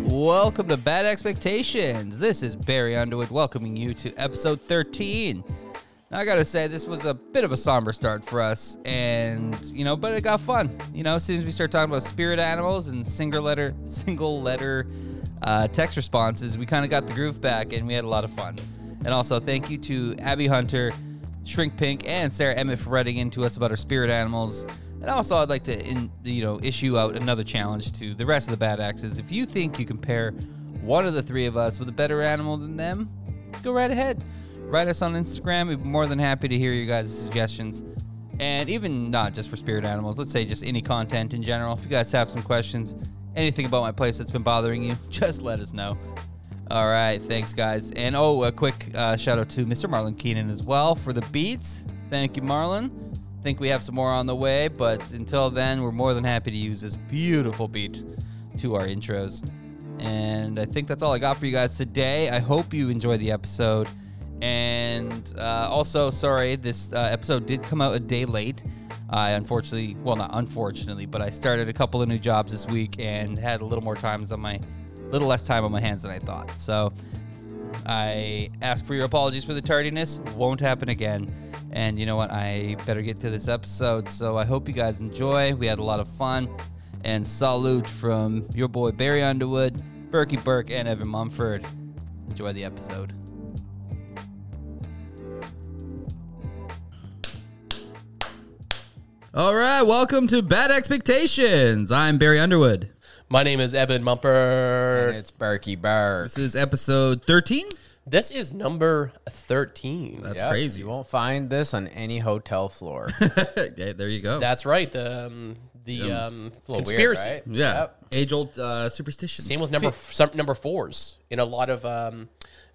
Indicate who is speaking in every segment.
Speaker 1: welcome to Bad Expectations. This is Barry Underwood welcoming you to episode 13. Now, I gotta say, this was a bit of a somber start for us, and you know, but it got fun. You know, as soon as we start talking about spirit animals and single letter, single letter uh, text responses, we kind of got the groove back, and we had a lot of fun. And also, thank you to Abby Hunter, Shrink Pink, and Sarah Emmett for writing into us about our spirit animals. And also, I'd like to, in, you know, issue out another challenge to the rest of the Bad Axes. If you think you can pair one of the three of us with a better animal than them, go right ahead. Write us on Instagram. We'd be more than happy to hear you guys' suggestions. And even not just for spirit animals, let's say just any content in general. If you guys have some questions, anything about my place that's been bothering you, just let us know. All right, thanks, guys. And oh, a quick uh, shout out to Mr. Marlon Keenan as well for the beats. Thank you, Marlon. Think we have some more on the way, but until then, we're more than happy to use this beautiful beat to our intros. And I think that's all I got for you guys today. I hope you enjoyed the episode. And uh, also, sorry, this uh, episode did come out a day late. I unfortunately, well, not unfortunately, but I started a couple of new jobs this week and had a little more times on my little less time on my hands than I thought. So I ask for your apologies for the tardiness. Won't happen again. And you know what? I better get to this episode. So I hope you guys enjoy. We had a lot of fun. And salute from your boy Barry Underwood, Berkey Burke, and Evan Mumford. Enjoy the episode. All right, welcome to Bad Expectations. I'm Barry Underwood.
Speaker 2: My name is Evan Mumper.
Speaker 3: It's Berkey Burke.
Speaker 1: This is episode 13.
Speaker 2: This is number 13.
Speaker 1: That's crazy.
Speaker 3: You won't find this on any hotel floor.
Speaker 1: Yeah, there you go.
Speaker 2: That's right. The um, the um,
Speaker 3: little weird,
Speaker 2: conspiracy.
Speaker 3: right?
Speaker 1: yeah.
Speaker 3: Yep.
Speaker 1: Age old uh, superstition.
Speaker 2: Same with number some number fours in a lot of um,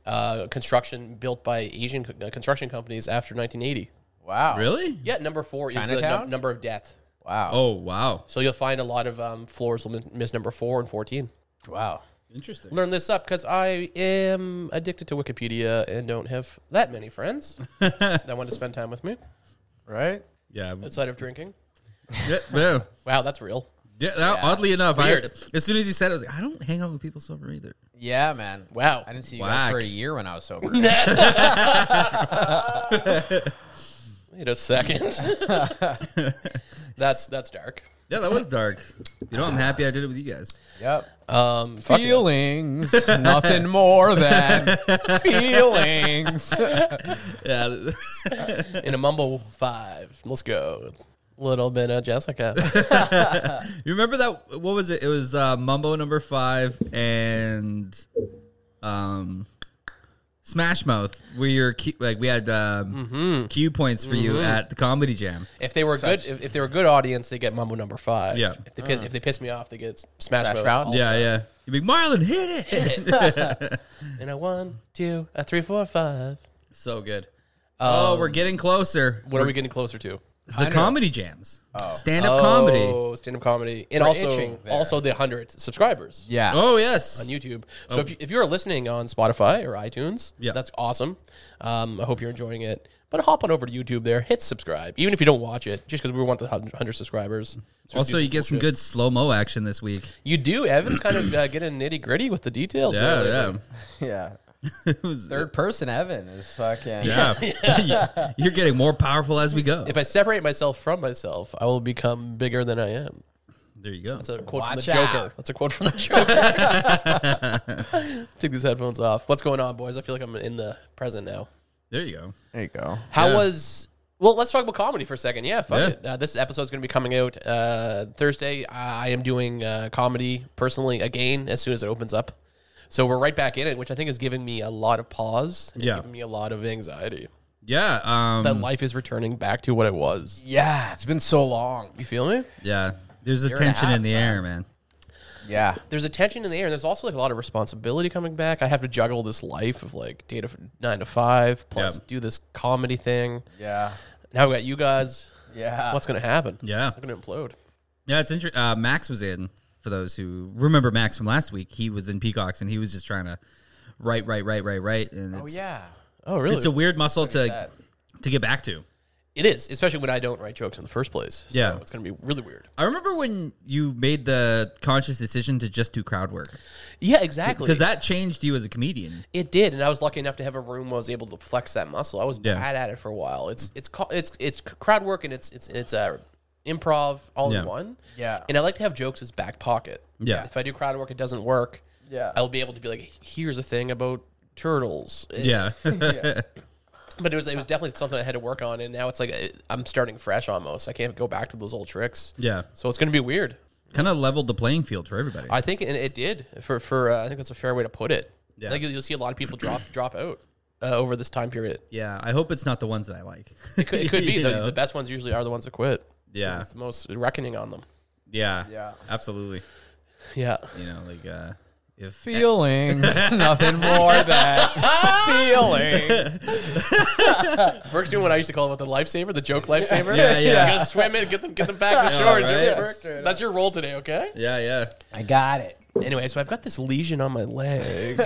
Speaker 2: uh, construction built by Asian co- uh, construction companies after 1980.
Speaker 3: Wow.
Speaker 1: Really?
Speaker 2: Yeah, number four is the
Speaker 3: Chinatown?
Speaker 2: num- number of death.
Speaker 3: Wow.
Speaker 1: Oh, wow.
Speaker 2: So you'll find a lot of um, floors will mi- miss number four and 14.
Speaker 3: Wow.
Speaker 1: Interesting.
Speaker 2: Learn this up because I am addicted to Wikipedia and don't have that many friends that want to spend time with me
Speaker 3: Right?
Speaker 1: Yeah.
Speaker 2: outside of drinking.
Speaker 1: yeah, yeah.
Speaker 2: Wow, that's real.
Speaker 1: Yeah, that- Oddly enough, I,
Speaker 2: Weird.
Speaker 1: as soon as you said it, I was like, I don't hang out with people sober either.
Speaker 3: Yeah, man.
Speaker 2: Wow.
Speaker 3: I didn't see you
Speaker 1: Whack.
Speaker 3: guys for a year when I was sober.
Speaker 2: Wait a second. that's that's dark.
Speaker 1: Yeah, that was dark. You know, I'm happy I did it with you guys.
Speaker 3: yep.
Speaker 2: Um, fuck it.
Speaker 3: Feelings. Nothing more than feelings.
Speaker 1: Yeah.
Speaker 2: in a mumble five. Let's go. Little bit of Jessica.
Speaker 1: you remember that? What was it? It was uh, Mumbo number five and um, Smash Mouth, where you're like, we had um,
Speaker 2: Mm-hmm.
Speaker 1: cue points for you at the comedy jam.
Speaker 2: If they were good, if, if they were a good audience, they get mumble number five.
Speaker 1: Yeah.
Speaker 2: If they piss, if they piss me off, they get smash,
Speaker 3: Smash
Speaker 2: Mouth
Speaker 3: Mouth?
Speaker 2: also.
Speaker 1: Yeah, yeah. You'd be Marlon, hit it.
Speaker 2: And a one, two, a three, four, five.
Speaker 1: So good. oh,
Speaker 2: Um,
Speaker 1: we're getting closer.
Speaker 2: What are we getting closer to?
Speaker 1: The comedy jams. Stand up comedy.
Speaker 2: Oh, stand up comedy, and
Speaker 3: We're
Speaker 2: also
Speaker 3: itching there.
Speaker 2: also the hundred subscribers
Speaker 3: Yeah.
Speaker 1: Oh, yes.
Speaker 2: on YouTube. So if, you, if you're listening on Spotify or iTunes,
Speaker 1: Oh. Yeah.
Speaker 2: that's awesome. Um, I hope you're enjoying it. But hop on over to YouTube there, hit subscribe, even if you don't watch it, just because we want the hun- hundred subscribers. So we can
Speaker 1: Also,
Speaker 2: do
Speaker 1: you get some
Speaker 2: cool shit.
Speaker 1: good slow mo action this week.
Speaker 2: You do. Evan's kind of uh, getting nitty gritty with the details.
Speaker 1: Yeah,
Speaker 2: there
Speaker 1: yeah.
Speaker 2: lately.
Speaker 3: Yeah.
Speaker 1: It was-
Speaker 3: Third person Evan is fucking.
Speaker 1: yeah. You're getting more powerful as we go.
Speaker 2: If I separate myself from myself, I will become bigger than I am.
Speaker 1: there you go.
Speaker 2: That's a quote
Speaker 3: Watch
Speaker 2: from the Joker.
Speaker 3: out.
Speaker 2: That's a quote from the Joker. Take these headphones off. What's going on, boys? I feel like I'm in the present now.
Speaker 1: There you go.
Speaker 3: There you go.
Speaker 2: How
Speaker 1: Yeah.
Speaker 2: was? Well, let's talk about comedy for a second. Yeah, fuck
Speaker 1: Yeah.
Speaker 2: it. Uh, this episode is going to be coming out uh, Thursday. I am doing uh, comedy personally again as soon as it opens up. So we're right back in it, which I think is giving me a lot of pause. and
Speaker 1: Yeah.
Speaker 2: giving me a lot of anxiety.
Speaker 1: Yeah.
Speaker 2: that
Speaker 1: Um,
Speaker 2: life is returning back to what it was.
Speaker 3: Yeah. It's been so long.
Speaker 2: You feel me?
Speaker 1: yeah. There's a
Speaker 3: and a
Speaker 1: tension in
Speaker 3: half,
Speaker 1: the air, man.
Speaker 3: Yeah.
Speaker 2: There's a tension in the air, and there's also like a lot of responsibility coming back. I have to juggle this life of like day to nine to five, plus
Speaker 1: Yep.
Speaker 2: do this comedy thing.
Speaker 3: Yeah.
Speaker 2: Now we got you guys.
Speaker 3: Yeah.
Speaker 2: What's gonna happen?
Speaker 1: Yeah.
Speaker 2: I'm gonna implode.
Speaker 1: Yeah, it's interesting. Uh, Max was in, for those who remember Max from last week, he was in Peacocks and he was just trying to write, write, write, write, write. And it's,
Speaker 3: oh, yeah.
Speaker 2: Oh really?
Speaker 1: It's a weird muscle to, to get back to.
Speaker 2: It is, especially when I don't write jokes in the first place. So
Speaker 4: Yeah.
Speaker 2: it's gonna be really weird.
Speaker 4: I remember when you made the conscious decision to just do crowd work
Speaker 2: Yeah, exactly.
Speaker 4: because that changed you as a comedian.
Speaker 2: It did, and I was lucky enough to have a room where I was able to flex that muscle. I was
Speaker 4: Yeah.
Speaker 2: bad at it for a while. It's it's ca- it's it's crowd work and it's it's it's uh, improv all
Speaker 4: Yeah.
Speaker 2: in one.
Speaker 3: Yeah.
Speaker 2: and I like to have jokes as back pocket.
Speaker 4: Yeah.
Speaker 2: if I do crowd work, it doesn't work.
Speaker 3: Yeah.
Speaker 2: I'll be able to be like, here's a thing about turtles.
Speaker 4: Yeah,
Speaker 2: but it was it was definitely something I had to work on, and now it's like uh, I'm starting fresh almost. I can't go back to those old tricks.
Speaker 4: yeah,
Speaker 2: so it's gonna be weird.
Speaker 4: kind of leveled the playing field for everybody.
Speaker 2: I think, and it did for for uh, I think that's a fair way to put it.
Speaker 4: Yeah.
Speaker 2: I think you'll, you'll see a lot of people drop drop out uh, over this time period.
Speaker 4: yeah, I hope it's not the ones that I like.
Speaker 2: It could, it could be
Speaker 4: You
Speaker 2: the,
Speaker 4: know?
Speaker 2: the best ones usually are the ones that quit. 'Cause
Speaker 4: Yeah.
Speaker 2: it's the most reckoning on them.
Speaker 4: Yeah,
Speaker 3: Yeah.
Speaker 4: absolutely.
Speaker 2: Yeah,
Speaker 4: You know, like uh, if
Speaker 3: Feelings. Nothing more than feelings.
Speaker 2: Burke's doing what I used to call it the lifesaver, the joke lifesaver.
Speaker 4: Yeah, yeah.
Speaker 2: You gotta swim in, get them, get them back to
Speaker 4: Yeah,
Speaker 2: shore.
Speaker 4: right?
Speaker 2: do it, Burke.
Speaker 3: Straight up.
Speaker 2: That's your role today, okay?
Speaker 4: yeah, yeah,
Speaker 3: I got it.
Speaker 2: Anyway, so I've got this lesion on my leg. now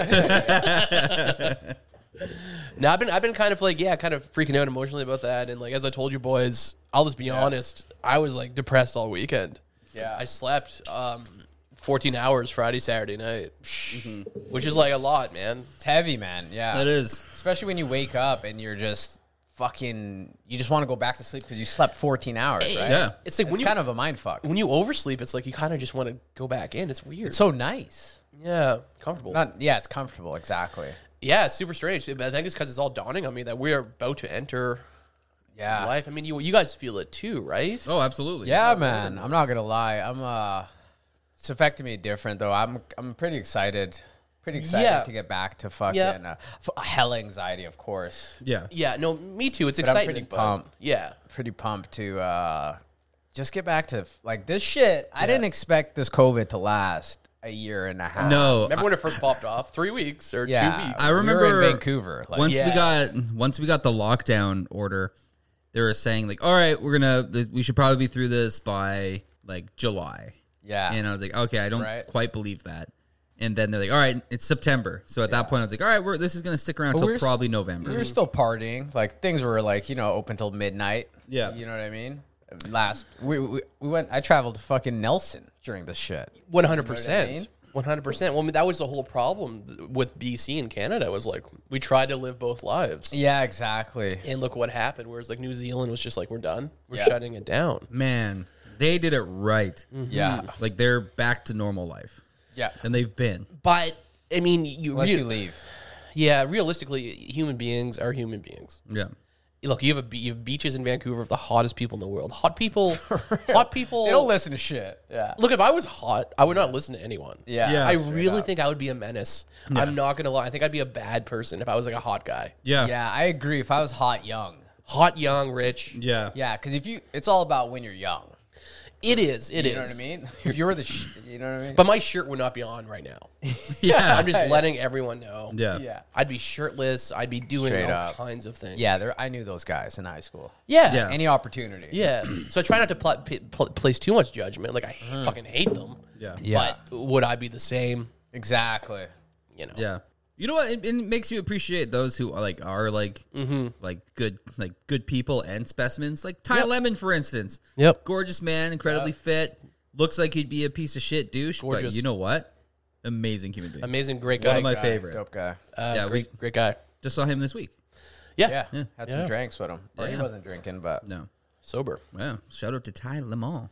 Speaker 2: I've been I've been kind of like yeah, kind of freaking out emotionally about that, and like as I told you boys, I'll just be honest, I was like depressed all weekend.
Speaker 3: Yeah.
Speaker 2: I slept um, 14 hours Friday Saturday night,
Speaker 3: Mm-hmm.
Speaker 2: which is like a lot, man.
Speaker 3: It's heavy, man. Yeah.
Speaker 4: that is.
Speaker 3: Especially when you wake up and you're just fucking, you just want to go back to sleep because you slept 14 hours, right?
Speaker 4: Yeah.
Speaker 2: It's like Eh,
Speaker 3: It's
Speaker 2: when you
Speaker 3: kind of a mind fuck.
Speaker 2: when you oversleep, it's like you kind of just want to go back in. It's weird.
Speaker 3: It's so nice.
Speaker 2: yeah, comfortable.
Speaker 3: Not, yeah, it's comfortable. Exactly.
Speaker 2: yeah, it's super strange. But I think it's because it's all dawning on me that we are about to enter
Speaker 3: Yeah.
Speaker 2: life. I mean, you you guys feel it too, right?
Speaker 4: Oh, absolutely.
Speaker 3: Yeah, man. I'm not gonna lie. I'm uh, it's affecting me different though. I'm I'm pretty excited. Pretty excited
Speaker 2: Yeah.
Speaker 3: to get back to fucking uh, f- hell anxiety, of course.
Speaker 4: yeah,
Speaker 2: Yeah, no, me too. It's
Speaker 3: I'm
Speaker 2: exciting.
Speaker 3: pretty
Speaker 2: but
Speaker 3: pumped.
Speaker 2: yeah,
Speaker 3: Pretty pumped to uh, just get back to like this shit. I didn't expect this COVID to last a year and a half.
Speaker 4: No,
Speaker 2: remember when it first popped off? Three weeks or two
Speaker 3: yeah,
Speaker 2: weeks?
Speaker 4: I
Speaker 3: we were
Speaker 4: remember
Speaker 3: in Vancouver. Like,
Speaker 4: once we
Speaker 2: Yeah.
Speaker 4: got once we got the lockdown order, they were saying like, "All right, we're gonna th- we should probably be through this by like July."
Speaker 3: yeah,
Speaker 4: And I was like, "Okay, I don't
Speaker 3: Right.
Speaker 4: quite believe that." And then they're like, "All right, it's September." So at that point, I was like, "All right, we're this is gonna stick around
Speaker 3: But
Speaker 4: until
Speaker 3: we were s-
Speaker 4: probably November."
Speaker 3: we were still partying. Like things were like you know open till midnight.
Speaker 4: Yeah.
Speaker 3: you know what I mean. Last we, we we went. I traveled to fucking Nelson during this shit.
Speaker 2: One hundred
Speaker 3: You know what I mean?
Speaker 2: percent. One hundred percent. Well, I mean, that was the whole problem th- with BC and Canada. Was like we tried to live both lives,
Speaker 3: Yeah, exactly.
Speaker 2: and look what happened. Whereas like New Zealand was just like we're done. We're
Speaker 3: Yeah.
Speaker 2: shutting it down.
Speaker 4: Man, they did it right.
Speaker 3: Yeah.
Speaker 4: Like they're back to normal life,
Speaker 3: Yeah.
Speaker 4: and they've been.
Speaker 2: But I mean, you,
Speaker 3: Unless
Speaker 2: rea-
Speaker 3: you leave.
Speaker 2: yeah, realistically, human beings are human beings.
Speaker 4: Yeah.
Speaker 2: Look, you have a be- you have beaches in Vancouver of the hottest people in the world. Hot people, hot
Speaker 3: Oh.
Speaker 2: people.
Speaker 3: listen to shit. Yeah.
Speaker 2: Look, if I was hot, I would not listen to anyone.
Speaker 3: Yeah.
Speaker 4: Yeah.
Speaker 2: I really think I would be a menace. I'm not gonna lie. I think I'd be a bad person if I was like a hot guy,
Speaker 4: Yeah.
Speaker 3: Yeah, I agree. If I was hot young.
Speaker 2: hot, young, rich.
Speaker 4: Yeah.
Speaker 3: Yeah, because if you, it's all about when you're young.
Speaker 2: It is. It is.
Speaker 3: You know what I mean? If you were the, sh- you know what I mean?
Speaker 2: But my shirt would not be on right now.
Speaker 4: Yeah.
Speaker 2: I'm just letting everyone know.
Speaker 4: yeah.
Speaker 3: yeah.
Speaker 2: I'd be shirtless. I'd be doing
Speaker 3: Straight
Speaker 2: all
Speaker 3: up.
Speaker 2: kinds of things.
Speaker 3: Yeah, there, I knew those guys in high school.
Speaker 2: Yeah.
Speaker 4: Yeah.
Speaker 2: Yeah.
Speaker 3: Any opportunity.
Speaker 2: so I try not to pl- p- pl- place too much judgment. Like I fucking hate them.
Speaker 4: Yeah.
Speaker 3: Mm. Yeah.
Speaker 2: But would I be the same?
Speaker 3: exactly.
Speaker 2: You know.
Speaker 4: Yeah. You know what? It, it makes you appreciate those who are like are like
Speaker 2: Mm-hmm.
Speaker 4: like good like good people and specimens. Like Ty Lemon, for instance.
Speaker 2: Yep.
Speaker 4: Gorgeous man, incredibly fit. Looks like he'd be a piece of shit douche, but
Speaker 2: Gorgeous.
Speaker 4: you know what? Amazing human being.
Speaker 2: Amazing, great
Speaker 4: One
Speaker 2: guy.
Speaker 4: of my
Speaker 2: Uh,
Speaker 4: favorite.
Speaker 3: Dope guy.
Speaker 4: yeah,
Speaker 2: great,
Speaker 4: we
Speaker 2: great guy.
Speaker 4: just saw him this week.
Speaker 2: Yeah.
Speaker 3: yeah. Had some
Speaker 2: Yeah.
Speaker 3: drinks with him. Or he
Speaker 4: Yeah.
Speaker 3: wasn't drinking, but.
Speaker 4: No,
Speaker 2: Sober.
Speaker 4: wow! Shout out to Ty Lemon.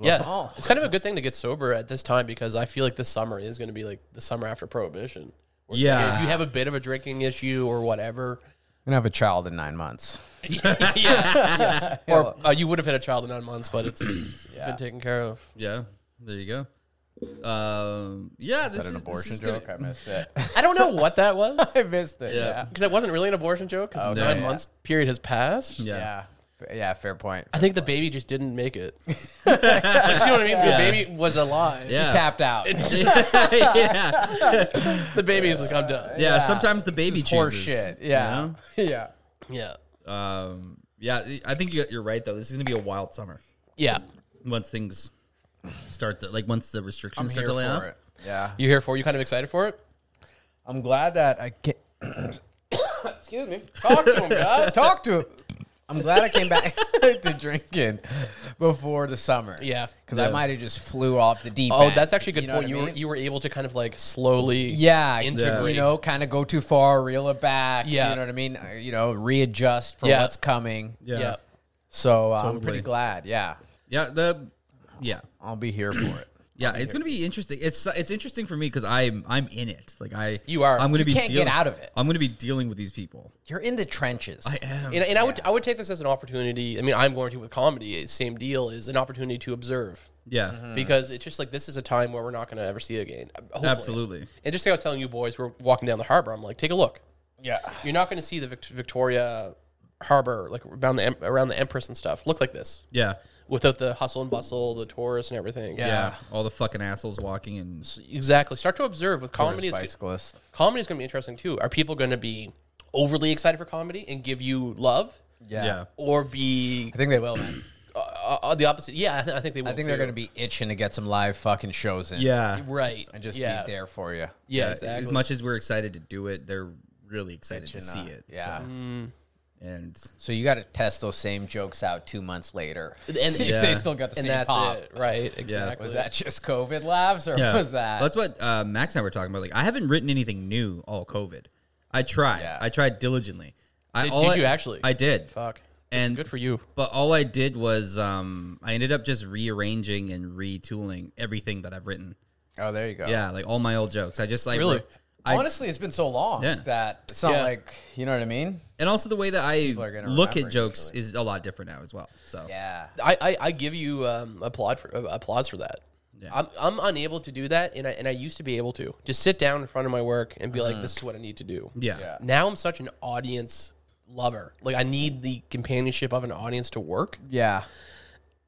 Speaker 2: Yeah.
Speaker 3: Wow.
Speaker 2: It's kind of a good thing to get sober at this time because I feel like this summer is going to be like the summer after prohibition. Where it's like,
Speaker 4: Yeah.
Speaker 2: if you have a bit of a drinking issue or whatever,
Speaker 3: I'm going to have a child in nine months.
Speaker 2: yeah, yeah. Or uh, you would have had a child in nine months, but it's it's been taken care of.
Speaker 4: Yeah, there you go. Um, yeah, this
Speaker 3: Is that an
Speaker 4: is- this
Speaker 3: abortion
Speaker 4: is gonna-
Speaker 3: joke? I missed it.
Speaker 2: I don't know what that was
Speaker 3: I missed it.
Speaker 4: Yeah.
Speaker 3: Yeah.
Speaker 2: because it wasn't really an abortion joke because the nine
Speaker 4: yeah.
Speaker 2: months period has passed.
Speaker 4: Yeah.
Speaker 3: Yeah. F- Yeah, fair point.
Speaker 2: I think the baby just didn't make it. you know what I mean? The baby was alive.
Speaker 4: Yeah.
Speaker 3: Tapped out.
Speaker 4: yeah.
Speaker 2: The baby is like, I'm done.
Speaker 4: yeah, Sometimes the baby
Speaker 3: It's horse
Speaker 4: chooses.
Speaker 3: shit.
Speaker 4: you
Speaker 3: Yeah.
Speaker 4: know?
Speaker 3: Yeah.
Speaker 2: Yeah.
Speaker 4: Um, yeah, I think you- you're right though. This is gonna be a wild summer
Speaker 2: Yeah.
Speaker 4: once things start to like once the restrictions
Speaker 3: I'm
Speaker 4: start
Speaker 3: here
Speaker 4: to lay off.
Speaker 3: for it. Yeah.
Speaker 2: You here for it? You kind of excited for it?
Speaker 3: I'm glad that I get
Speaker 2: Excuse me. Talk to him, God.
Speaker 3: talk to I'm glad I came back to drinking before the summer.
Speaker 2: Yeah.
Speaker 3: because
Speaker 2: Yeah.
Speaker 3: I might have just flew off the deep.
Speaker 2: Oh,
Speaker 3: end,
Speaker 2: that's actually a good
Speaker 3: you know
Speaker 2: point.
Speaker 3: what I
Speaker 2: You were
Speaker 3: mean?
Speaker 2: you were able to kind of like slowly
Speaker 3: yeah,
Speaker 2: integrate.
Speaker 3: You know, kind of go too far, reel it back.
Speaker 2: Yeah.
Speaker 3: you know what I mean. Uh, You know, readjust for
Speaker 2: Yeah.
Speaker 3: what's coming.
Speaker 4: Yeah.
Speaker 2: yeah.
Speaker 3: So uh, I'm
Speaker 4: Totally.
Speaker 3: pretty glad. Yeah,
Speaker 4: Yeah, the yeah.
Speaker 3: I'll be here for it.
Speaker 4: Yeah, it's going to be interesting. It's it's interesting for me cuz I'm I'm in it. Like I
Speaker 2: You are.
Speaker 4: I'm going to
Speaker 3: You
Speaker 4: be
Speaker 3: can't get
Speaker 4: dealing-
Speaker 3: out of it.
Speaker 4: I'm going to be dealing with these people.
Speaker 3: You're in the trenches.
Speaker 4: I am.
Speaker 2: And, and I would I would take this as an opportunity. I mean, I'm going to with comedy. it's Same deal is an opportunity to observe
Speaker 4: yeah.
Speaker 2: because it's just like this is a time where we're not going to ever see again. uh, Hopefully.
Speaker 4: Absolutely.
Speaker 2: And just like I was telling you boys, we're walking down the harbor. I'm like, take a look.
Speaker 3: yeah,
Speaker 2: You're not going to see the Vict- Victoria Harbor like around the em- around the Empress and stuff look like this
Speaker 4: Yeah.
Speaker 2: without the hustle and bustle, the tourists and everything.
Speaker 4: Yeah. All the fucking assholes walking and
Speaker 2: exactly. Start to observe with comedy. It's,
Speaker 3: bicyclist.
Speaker 2: comedy is going to be interesting too. Are people going to be overly excited for comedy and give you love,
Speaker 3: Yeah.
Speaker 4: yeah.
Speaker 2: or be
Speaker 3: I think they will, man.
Speaker 2: uh, uh, the opposite? Yeah, I think they. Will
Speaker 3: I think they're
Speaker 2: too.
Speaker 3: going to be itching to get some live fucking shows in.
Speaker 4: Yeah.
Speaker 2: right
Speaker 3: and just
Speaker 2: yeah.
Speaker 3: be there for you.
Speaker 2: Yeah,
Speaker 4: Yeah,
Speaker 2: exactly.
Speaker 4: As much as we're excited to do it, they're really excited to see
Speaker 3: Nah,
Speaker 4: it.
Speaker 3: Yeah.
Speaker 4: So- and
Speaker 3: So you got to test those same jokes out two months later.
Speaker 2: and
Speaker 3: See
Speaker 2: yeah.
Speaker 3: if they still got the
Speaker 2: and
Speaker 3: same
Speaker 2: that's
Speaker 3: pop.
Speaker 2: it, right? Exactly.
Speaker 3: Was that just COVID laughs or
Speaker 4: yeah.
Speaker 3: was that?
Speaker 4: That's what uh, Max and I were talking about. Like, I haven't written anything new all COVID. I tried.
Speaker 3: Yeah.
Speaker 4: I tried diligently. I,
Speaker 2: Did-
Speaker 4: all
Speaker 2: did
Speaker 4: I-
Speaker 2: you actually?
Speaker 4: I did.
Speaker 2: Fuck.
Speaker 4: And
Speaker 2: Good for you.
Speaker 4: But all I did was um, I ended up just rearranging and retooling everything that I've written.
Speaker 3: oh, there you go.
Speaker 4: Yeah, like all my old jokes. I just like
Speaker 2: Really?
Speaker 4: wrote- I,
Speaker 3: Honestly, it's been so long
Speaker 4: Yeah.
Speaker 3: that it's not
Speaker 2: Yeah.
Speaker 3: like you know what I mean.
Speaker 4: and also the way that I
Speaker 3: are gonna
Speaker 4: look at
Speaker 3: remember,
Speaker 4: jokes
Speaker 3: usually.
Speaker 4: is a lot different now as well. So
Speaker 3: Yeah.
Speaker 2: I, I, I give you um, applaud for uh, applause for that. I'm, I'm unable to do that, and I, and I used to be able to just sit down in front of my work and be like, "This is what I need to do."
Speaker 4: yeah,
Speaker 3: Uh-huh. Yeah.
Speaker 2: Now I'm such an audience lover. Like I need the companionship of an audience to work.
Speaker 3: Yeah.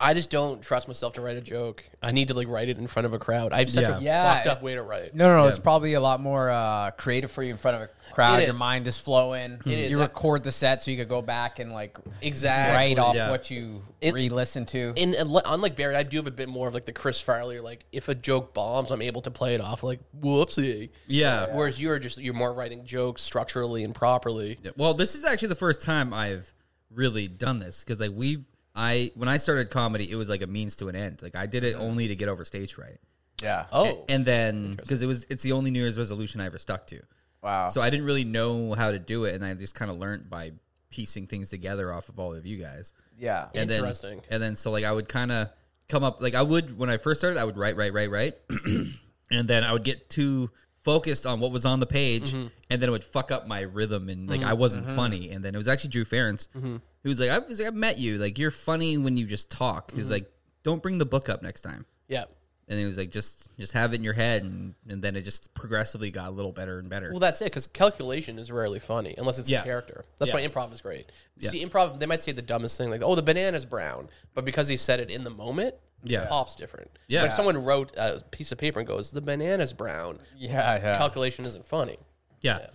Speaker 2: I just don't trust myself to write a joke. I need to like write it in front of a crowd. I have such
Speaker 4: Yeah.
Speaker 2: a
Speaker 3: Yeah.
Speaker 2: fucked up way to write.
Speaker 3: No, no, no. It's probably a lot more uh, creative for you in front of a crowd.
Speaker 2: It
Speaker 3: Your
Speaker 2: is.
Speaker 3: mind is flowing.
Speaker 2: is.
Speaker 3: You record the set so you could go back and like
Speaker 2: Exactly.
Speaker 3: write off
Speaker 4: Yeah.
Speaker 3: what you re-listen to.
Speaker 2: And unle- unlike Barry, I do have a bit more of like the Chris Farley. Like if a joke bombs, I'm able to play it off like whoopsie.
Speaker 4: yeah.
Speaker 2: Whereas you're just you're more writing jokes structurally and properly.
Speaker 4: Yeah, Well, this is actually the first time I've really done this because like we, I when I started comedy, it was like a means to an end. Like I did it only to get over stage fright,
Speaker 3: yeah.
Speaker 2: Oh,
Speaker 4: and then because it was it's the only New Year's resolution I ever stuck to.
Speaker 3: Wow.
Speaker 4: So I didn't really know how to do it, and I just kind of learned by piecing things together off of all of you guys.
Speaker 3: yeah.
Speaker 4: And then-
Speaker 2: Interesting.
Speaker 4: and then so like I would kind of come up like I would when I first started, I would write, write, write, write, and then I would get too focused on what was on the page,
Speaker 2: Mm-hmm.
Speaker 4: and then it would fuck up my rhythm and like I wasn't funny. And then it was actually Drew Ferentz
Speaker 2: Mm-hmm.
Speaker 4: who was like, I was like, I met you, like you're funny when you just talk.
Speaker 2: Mm-hmm.
Speaker 4: He's like, don't bring the book up next time.
Speaker 2: yeah.
Speaker 4: And he was like, just just have it in your head, and, and then it just progressively got a little better and better.
Speaker 2: Well, that's it because calculation is rarely funny unless it's
Speaker 4: Yeah.
Speaker 2: a character. That's
Speaker 4: Yeah.
Speaker 2: why improv is great. See, improv they might say the dumbest thing like, "Oh, the banana's brown," but because he said it in the moment,
Speaker 4: Yeah.
Speaker 2: it pops different.
Speaker 4: Yeah.
Speaker 2: But if someone wrote a piece of paper and goes, "The banana's brown,"
Speaker 3: Yeah. Yeah.
Speaker 2: calculation isn't funny.
Speaker 4: Yeah.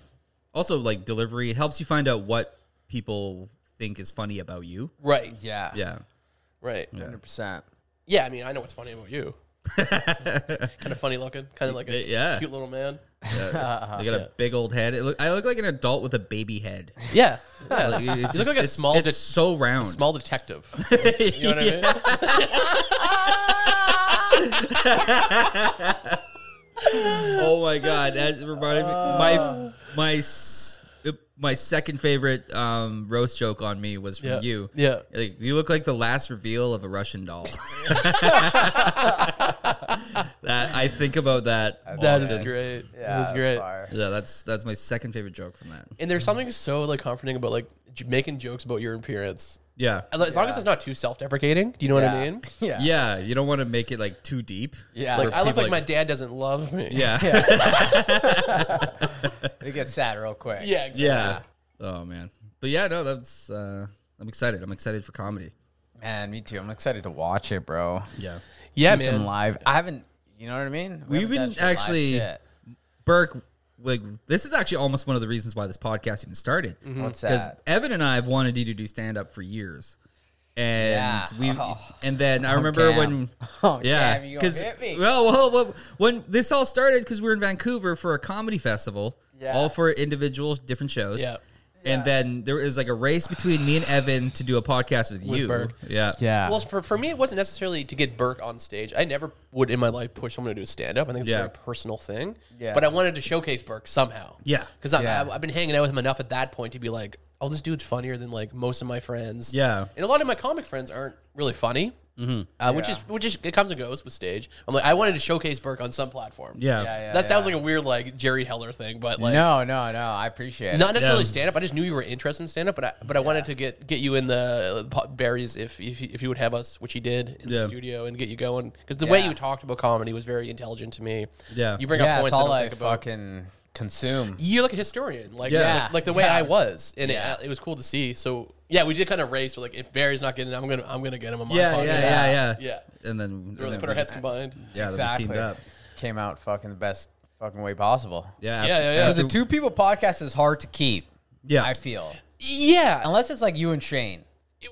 Speaker 4: Also, like delivery it helps you find out what people think is funny about you.
Speaker 2: Right.
Speaker 3: yeah.
Speaker 4: Yeah.
Speaker 2: Right.
Speaker 3: Hundred percent.
Speaker 2: Yeah, I mean, I know what's funny about you. kind of funny looking, kind of like a
Speaker 4: Yeah.
Speaker 2: cute little man.
Speaker 4: I got a big old head. It look, I look like an adult with a baby head.
Speaker 2: Yeah,
Speaker 4: Like, it- it
Speaker 2: you
Speaker 4: just-
Speaker 2: look like a
Speaker 4: it's-
Speaker 2: small,
Speaker 4: It's
Speaker 2: de-
Speaker 4: so round.
Speaker 2: small detective. You know what I mean?
Speaker 4: oh my god, that reminded me. My
Speaker 2: Ah.
Speaker 4: my s- my second favorite um, roast joke on me was from
Speaker 2: Yeah.
Speaker 4: you.
Speaker 2: Yeah.
Speaker 4: like you look like the last reveal of a Russian doll. that I think about that.
Speaker 2: That
Speaker 4: often.
Speaker 2: is great.
Speaker 3: Yeah.
Speaker 2: that is
Speaker 3: that's
Speaker 2: great.
Speaker 3: fire.
Speaker 4: Yeah, that's that's my second favorite joke from that.
Speaker 2: And there's something so like comforting about like j- making jokes about your appearance,
Speaker 4: Yeah,
Speaker 2: as as long as it's not too self-deprecating. Do you know what I
Speaker 3: Yeah.
Speaker 2: mean?
Speaker 3: Yeah.
Speaker 4: yeah. You don't want to make it like too deep.
Speaker 3: Yeah.
Speaker 2: Like I look
Speaker 4: people
Speaker 2: like, my
Speaker 4: like-
Speaker 2: dad doesn't love me.
Speaker 4: Yeah,
Speaker 3: It gets sad real quick.
Speaker 2: yeah, exactly.
Speaker 4: Yeah.
Speaker 3: uh,
Speaker 4: Oh man. But yeah, no, that's uh I'm excited. I'm excited for comedy.
Speaker 3: Man, me too. I'm excited to watch it, bro.
Speaker 4: Yeah.
Speaker 2: yeah,
Speaker 3: Do some
Speaker 2: man.
Speaker 3: live. I haven't. You know what I mean?
Speaker 4: We've
Speaker 3: haven't
Speaker 4: been
Speaker 3: done shit live
Speaker 4: actually-
Speaker 3: shit.
Speaker 4: Burke, like this is actually almost one of the reasons why this podcast even started.
Speaker 2: Hmm,
Speaker 3: What's
Speaker 4: Because
Speaker 3: that?
Speaker 4: Evan and I have wanted you to do stand up for years. And
Speaker 3: Yeah.
Speaker 4: we
Speaker 3: Oh.
Speaker 4: and then I remember
Speaker 3: Cam.
Speaker 4: when
Speaker 3: Oh,
Speaker 4: yeah,
Speaker 3: Cam, you gonna hit me.
Speaker 4: Well, well, well, when this all started, because we were in Vancouver for a comedy festival,
Speaker 3: Yeah.
Speaker 4: all for individual different shows.
Speaker 2: Yeah.
Speaker 4: And then there is like a race between me and Evan to do a podcast with, you.
Speaker 2: Berg.
Speaker 4: Yeah.
Speaker 3: Yeah.
Speaker 2: Well, for, for me, it wasn't necessarily to get Burke on stage. I never would in my life push someone to do a stand up. I think it's a
Speaker 4: Yeah.
Speaker 2: very personal thing.
Speaker 3: Yeah.
Speaker 2: But I wanted to showcase Burke somehow.
Speaker 4: Yeah.
Speaker 2: Because
Speaker 3: Yeah.
Speaker 2: I've been hanging out with him enough at that point to be like, oh, this dude's funnier than like most of my friends.
Speaker 4: Yeah.
Speaker 2: And a lot of my comic friends aren't really funny. Mm-hmm. Uh, which is which is it comes and goes with stage. I'm like I wanted to showcase Burke on some platform.
Speaker 4: Yeah.
Speaker 3: Yeah, yeah,
Speaker 2: that sounds
Speaker 3: yeah.
Speaker 2: like a weird like Jerry Heller thing, but like
Speaker 3: no, no, no. I appreciate it.
Speaker 2: not necessarily
Speaker 4: Yeah.
Speaker 2: stand up. I just knew you were interested in stand up, but I, but I wanted to get get you in the uh, po- berries if if you, if you would have us, which he did in
Speaker 4: Yeah.
Speaker 2: the studio, and get you going because the way
Speaker 3: Yeah.
Speaker 2: you talked about comedy was very intelligent to me.
Speaker 4: Yeah.
Speaker 2: you bring up
Speaker 3: Yeah, it's
Speaker 2: points I
Speaker 3: all
Speaker 2: don't
Speaker 3: I
Speaker 2: think about.
Speaker 3: fucking consume.
Speaker 2: You're like a historian, like
Speaker 4: Yeah.
Speaker 2: like, like the way I was, and it, it was cool to see. So yeah, we did kind of race. But like if Barry's not getting, it, I'm gonna I'm gonna get him on my
Speaker 4: Yeah,
Speaker 2: podcast.
Speaker 4: yeah, yeah, yeah,
Speaker 2: yeah.
Speaker 4: And then,
Speaker 2: We really
Speaker 4: and then
Speaker 2: put our
Speaker 4: we-
Speaker 2: heads combined.
Speaker 4: Yeah, then we teamed up.
Speaker 3: Came out fucking the best fucking way possible.
Speaker 4: Yeah,
Speaker 2: Yeah,
Speaker 4: after-
Speaker 2: yeah, yeah.
Speaker 3: Because
Speaker 4: after-
Speaker 3: the two people podcast is hard to keep.
Speaker 4: Yeah.
Speaker 3: I feel
Speaker 2: Yeah,
Speaker 3: unless it's like you and Shane.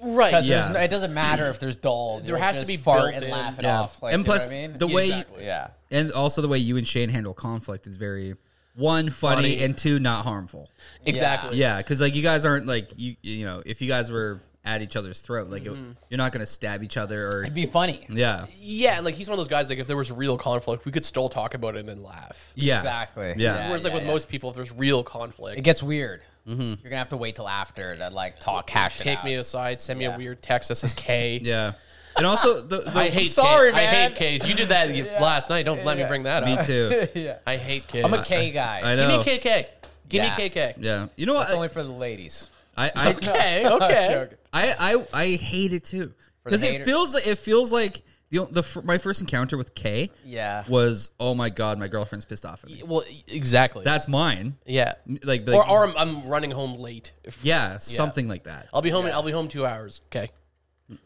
Speaker 2: right.
Speaker 3: Because
Speaker 4: Yeah.
Speaker 3: there's no, it doesn't matter if there's dull.
Speaker 2: There
Speaker 3: You'll
Speaker 2: has to
Speaker 3: just
Speaker 2: be
Speaker 3: fart
Speaker 2: built
Speaker 3: and
Speaker 2: in-
Speaker 3: laugh it
Speaker 4: yeah.
Speaker 3: off. Like,
Speaker 4: and
Speaker 3: you know
Speaker 4: plus,
Speaker 3: what I mean?
Speaker 4: the
Speaker 2: Yeah,
Speaker 4: way,
Speaker 2: exactly.
Speaker 3: yeah,
Speaker 4: and also the way you and Shane handle conflict is very one funny,
Speaker 2: Funny.
Speaker 4: and two not harmful.
Speaker 2: Exactly.
Speaker 4: Yeah, because like you guys aren't like you you know if you guys were at each other's throat, like it- you're not gonna stab each other or
Speaker 3: it'd be funny.
Speaker 4: yeah,
Speaker 2: Yeah, and like he's one of those guys. Like if there was real conflict, we could still talk about it and laugh.
Speaker 4: yeah,
Speaker 3: Exactly.
Speaker 4: Yeah.
Speaker 3: Yeah.
Speaker 2: Whereas like with most people, if there's real conflict,
Speaker 3: It gets weird.
Speaker 2: Mm-hmm.
Speaker 3: You're gonna have to wait till after to like talk cash.
Speaker 2: take me aside, send me a weird text that says K.
Speaker 4: yeah. And also the, the
Speaker 2: I hate
Speaker 3: sorry,
Speaker 2: K. I
Speaker 3: man.
Speaker 2: hate K's. You did that last night. Don't let me bring that
Speaker 4: me
Speaker 2: up.
Speaker 4: too.
Speaker 3: yeah,
Speaker 2: I hate K's.
Speaker 3: I'm a K guy.
Speaker 4: I
Speaker 2: Give me
Speaker 4: know.
Speaker 2: KK. Give
Speaker 3: Yeah.
Speaker 2: me KK.
Speaker 4: Yeah, you know what?
Speaker 3: It's only for the ladies.
Speaker 4: I I,
Speaker 2: Okay,
Speaker 3: Joke.
Speaker 2: okay.
Speaker 4: I I I hate it too because
Speaker 3: the
Speaker 4: it
Speaker 3: hater-
Speaker 4: feels like it feels like the, the fir- my first encounter with K
Speaker 3: Yeah.
Speaker 4: was oh my god my girlfriend's pissed off at me.
Speaker 2: well, e, exactly.
Speaker 4: That's mine.
Speaker 2: yeah.
Speaker 4: Like, like
Speaker 2: Or, or I'm, I'm running home late. If-
Speaker 4: yeah, something like that.
Speaker 2: I'll be home. I'll be home two hours. Okay.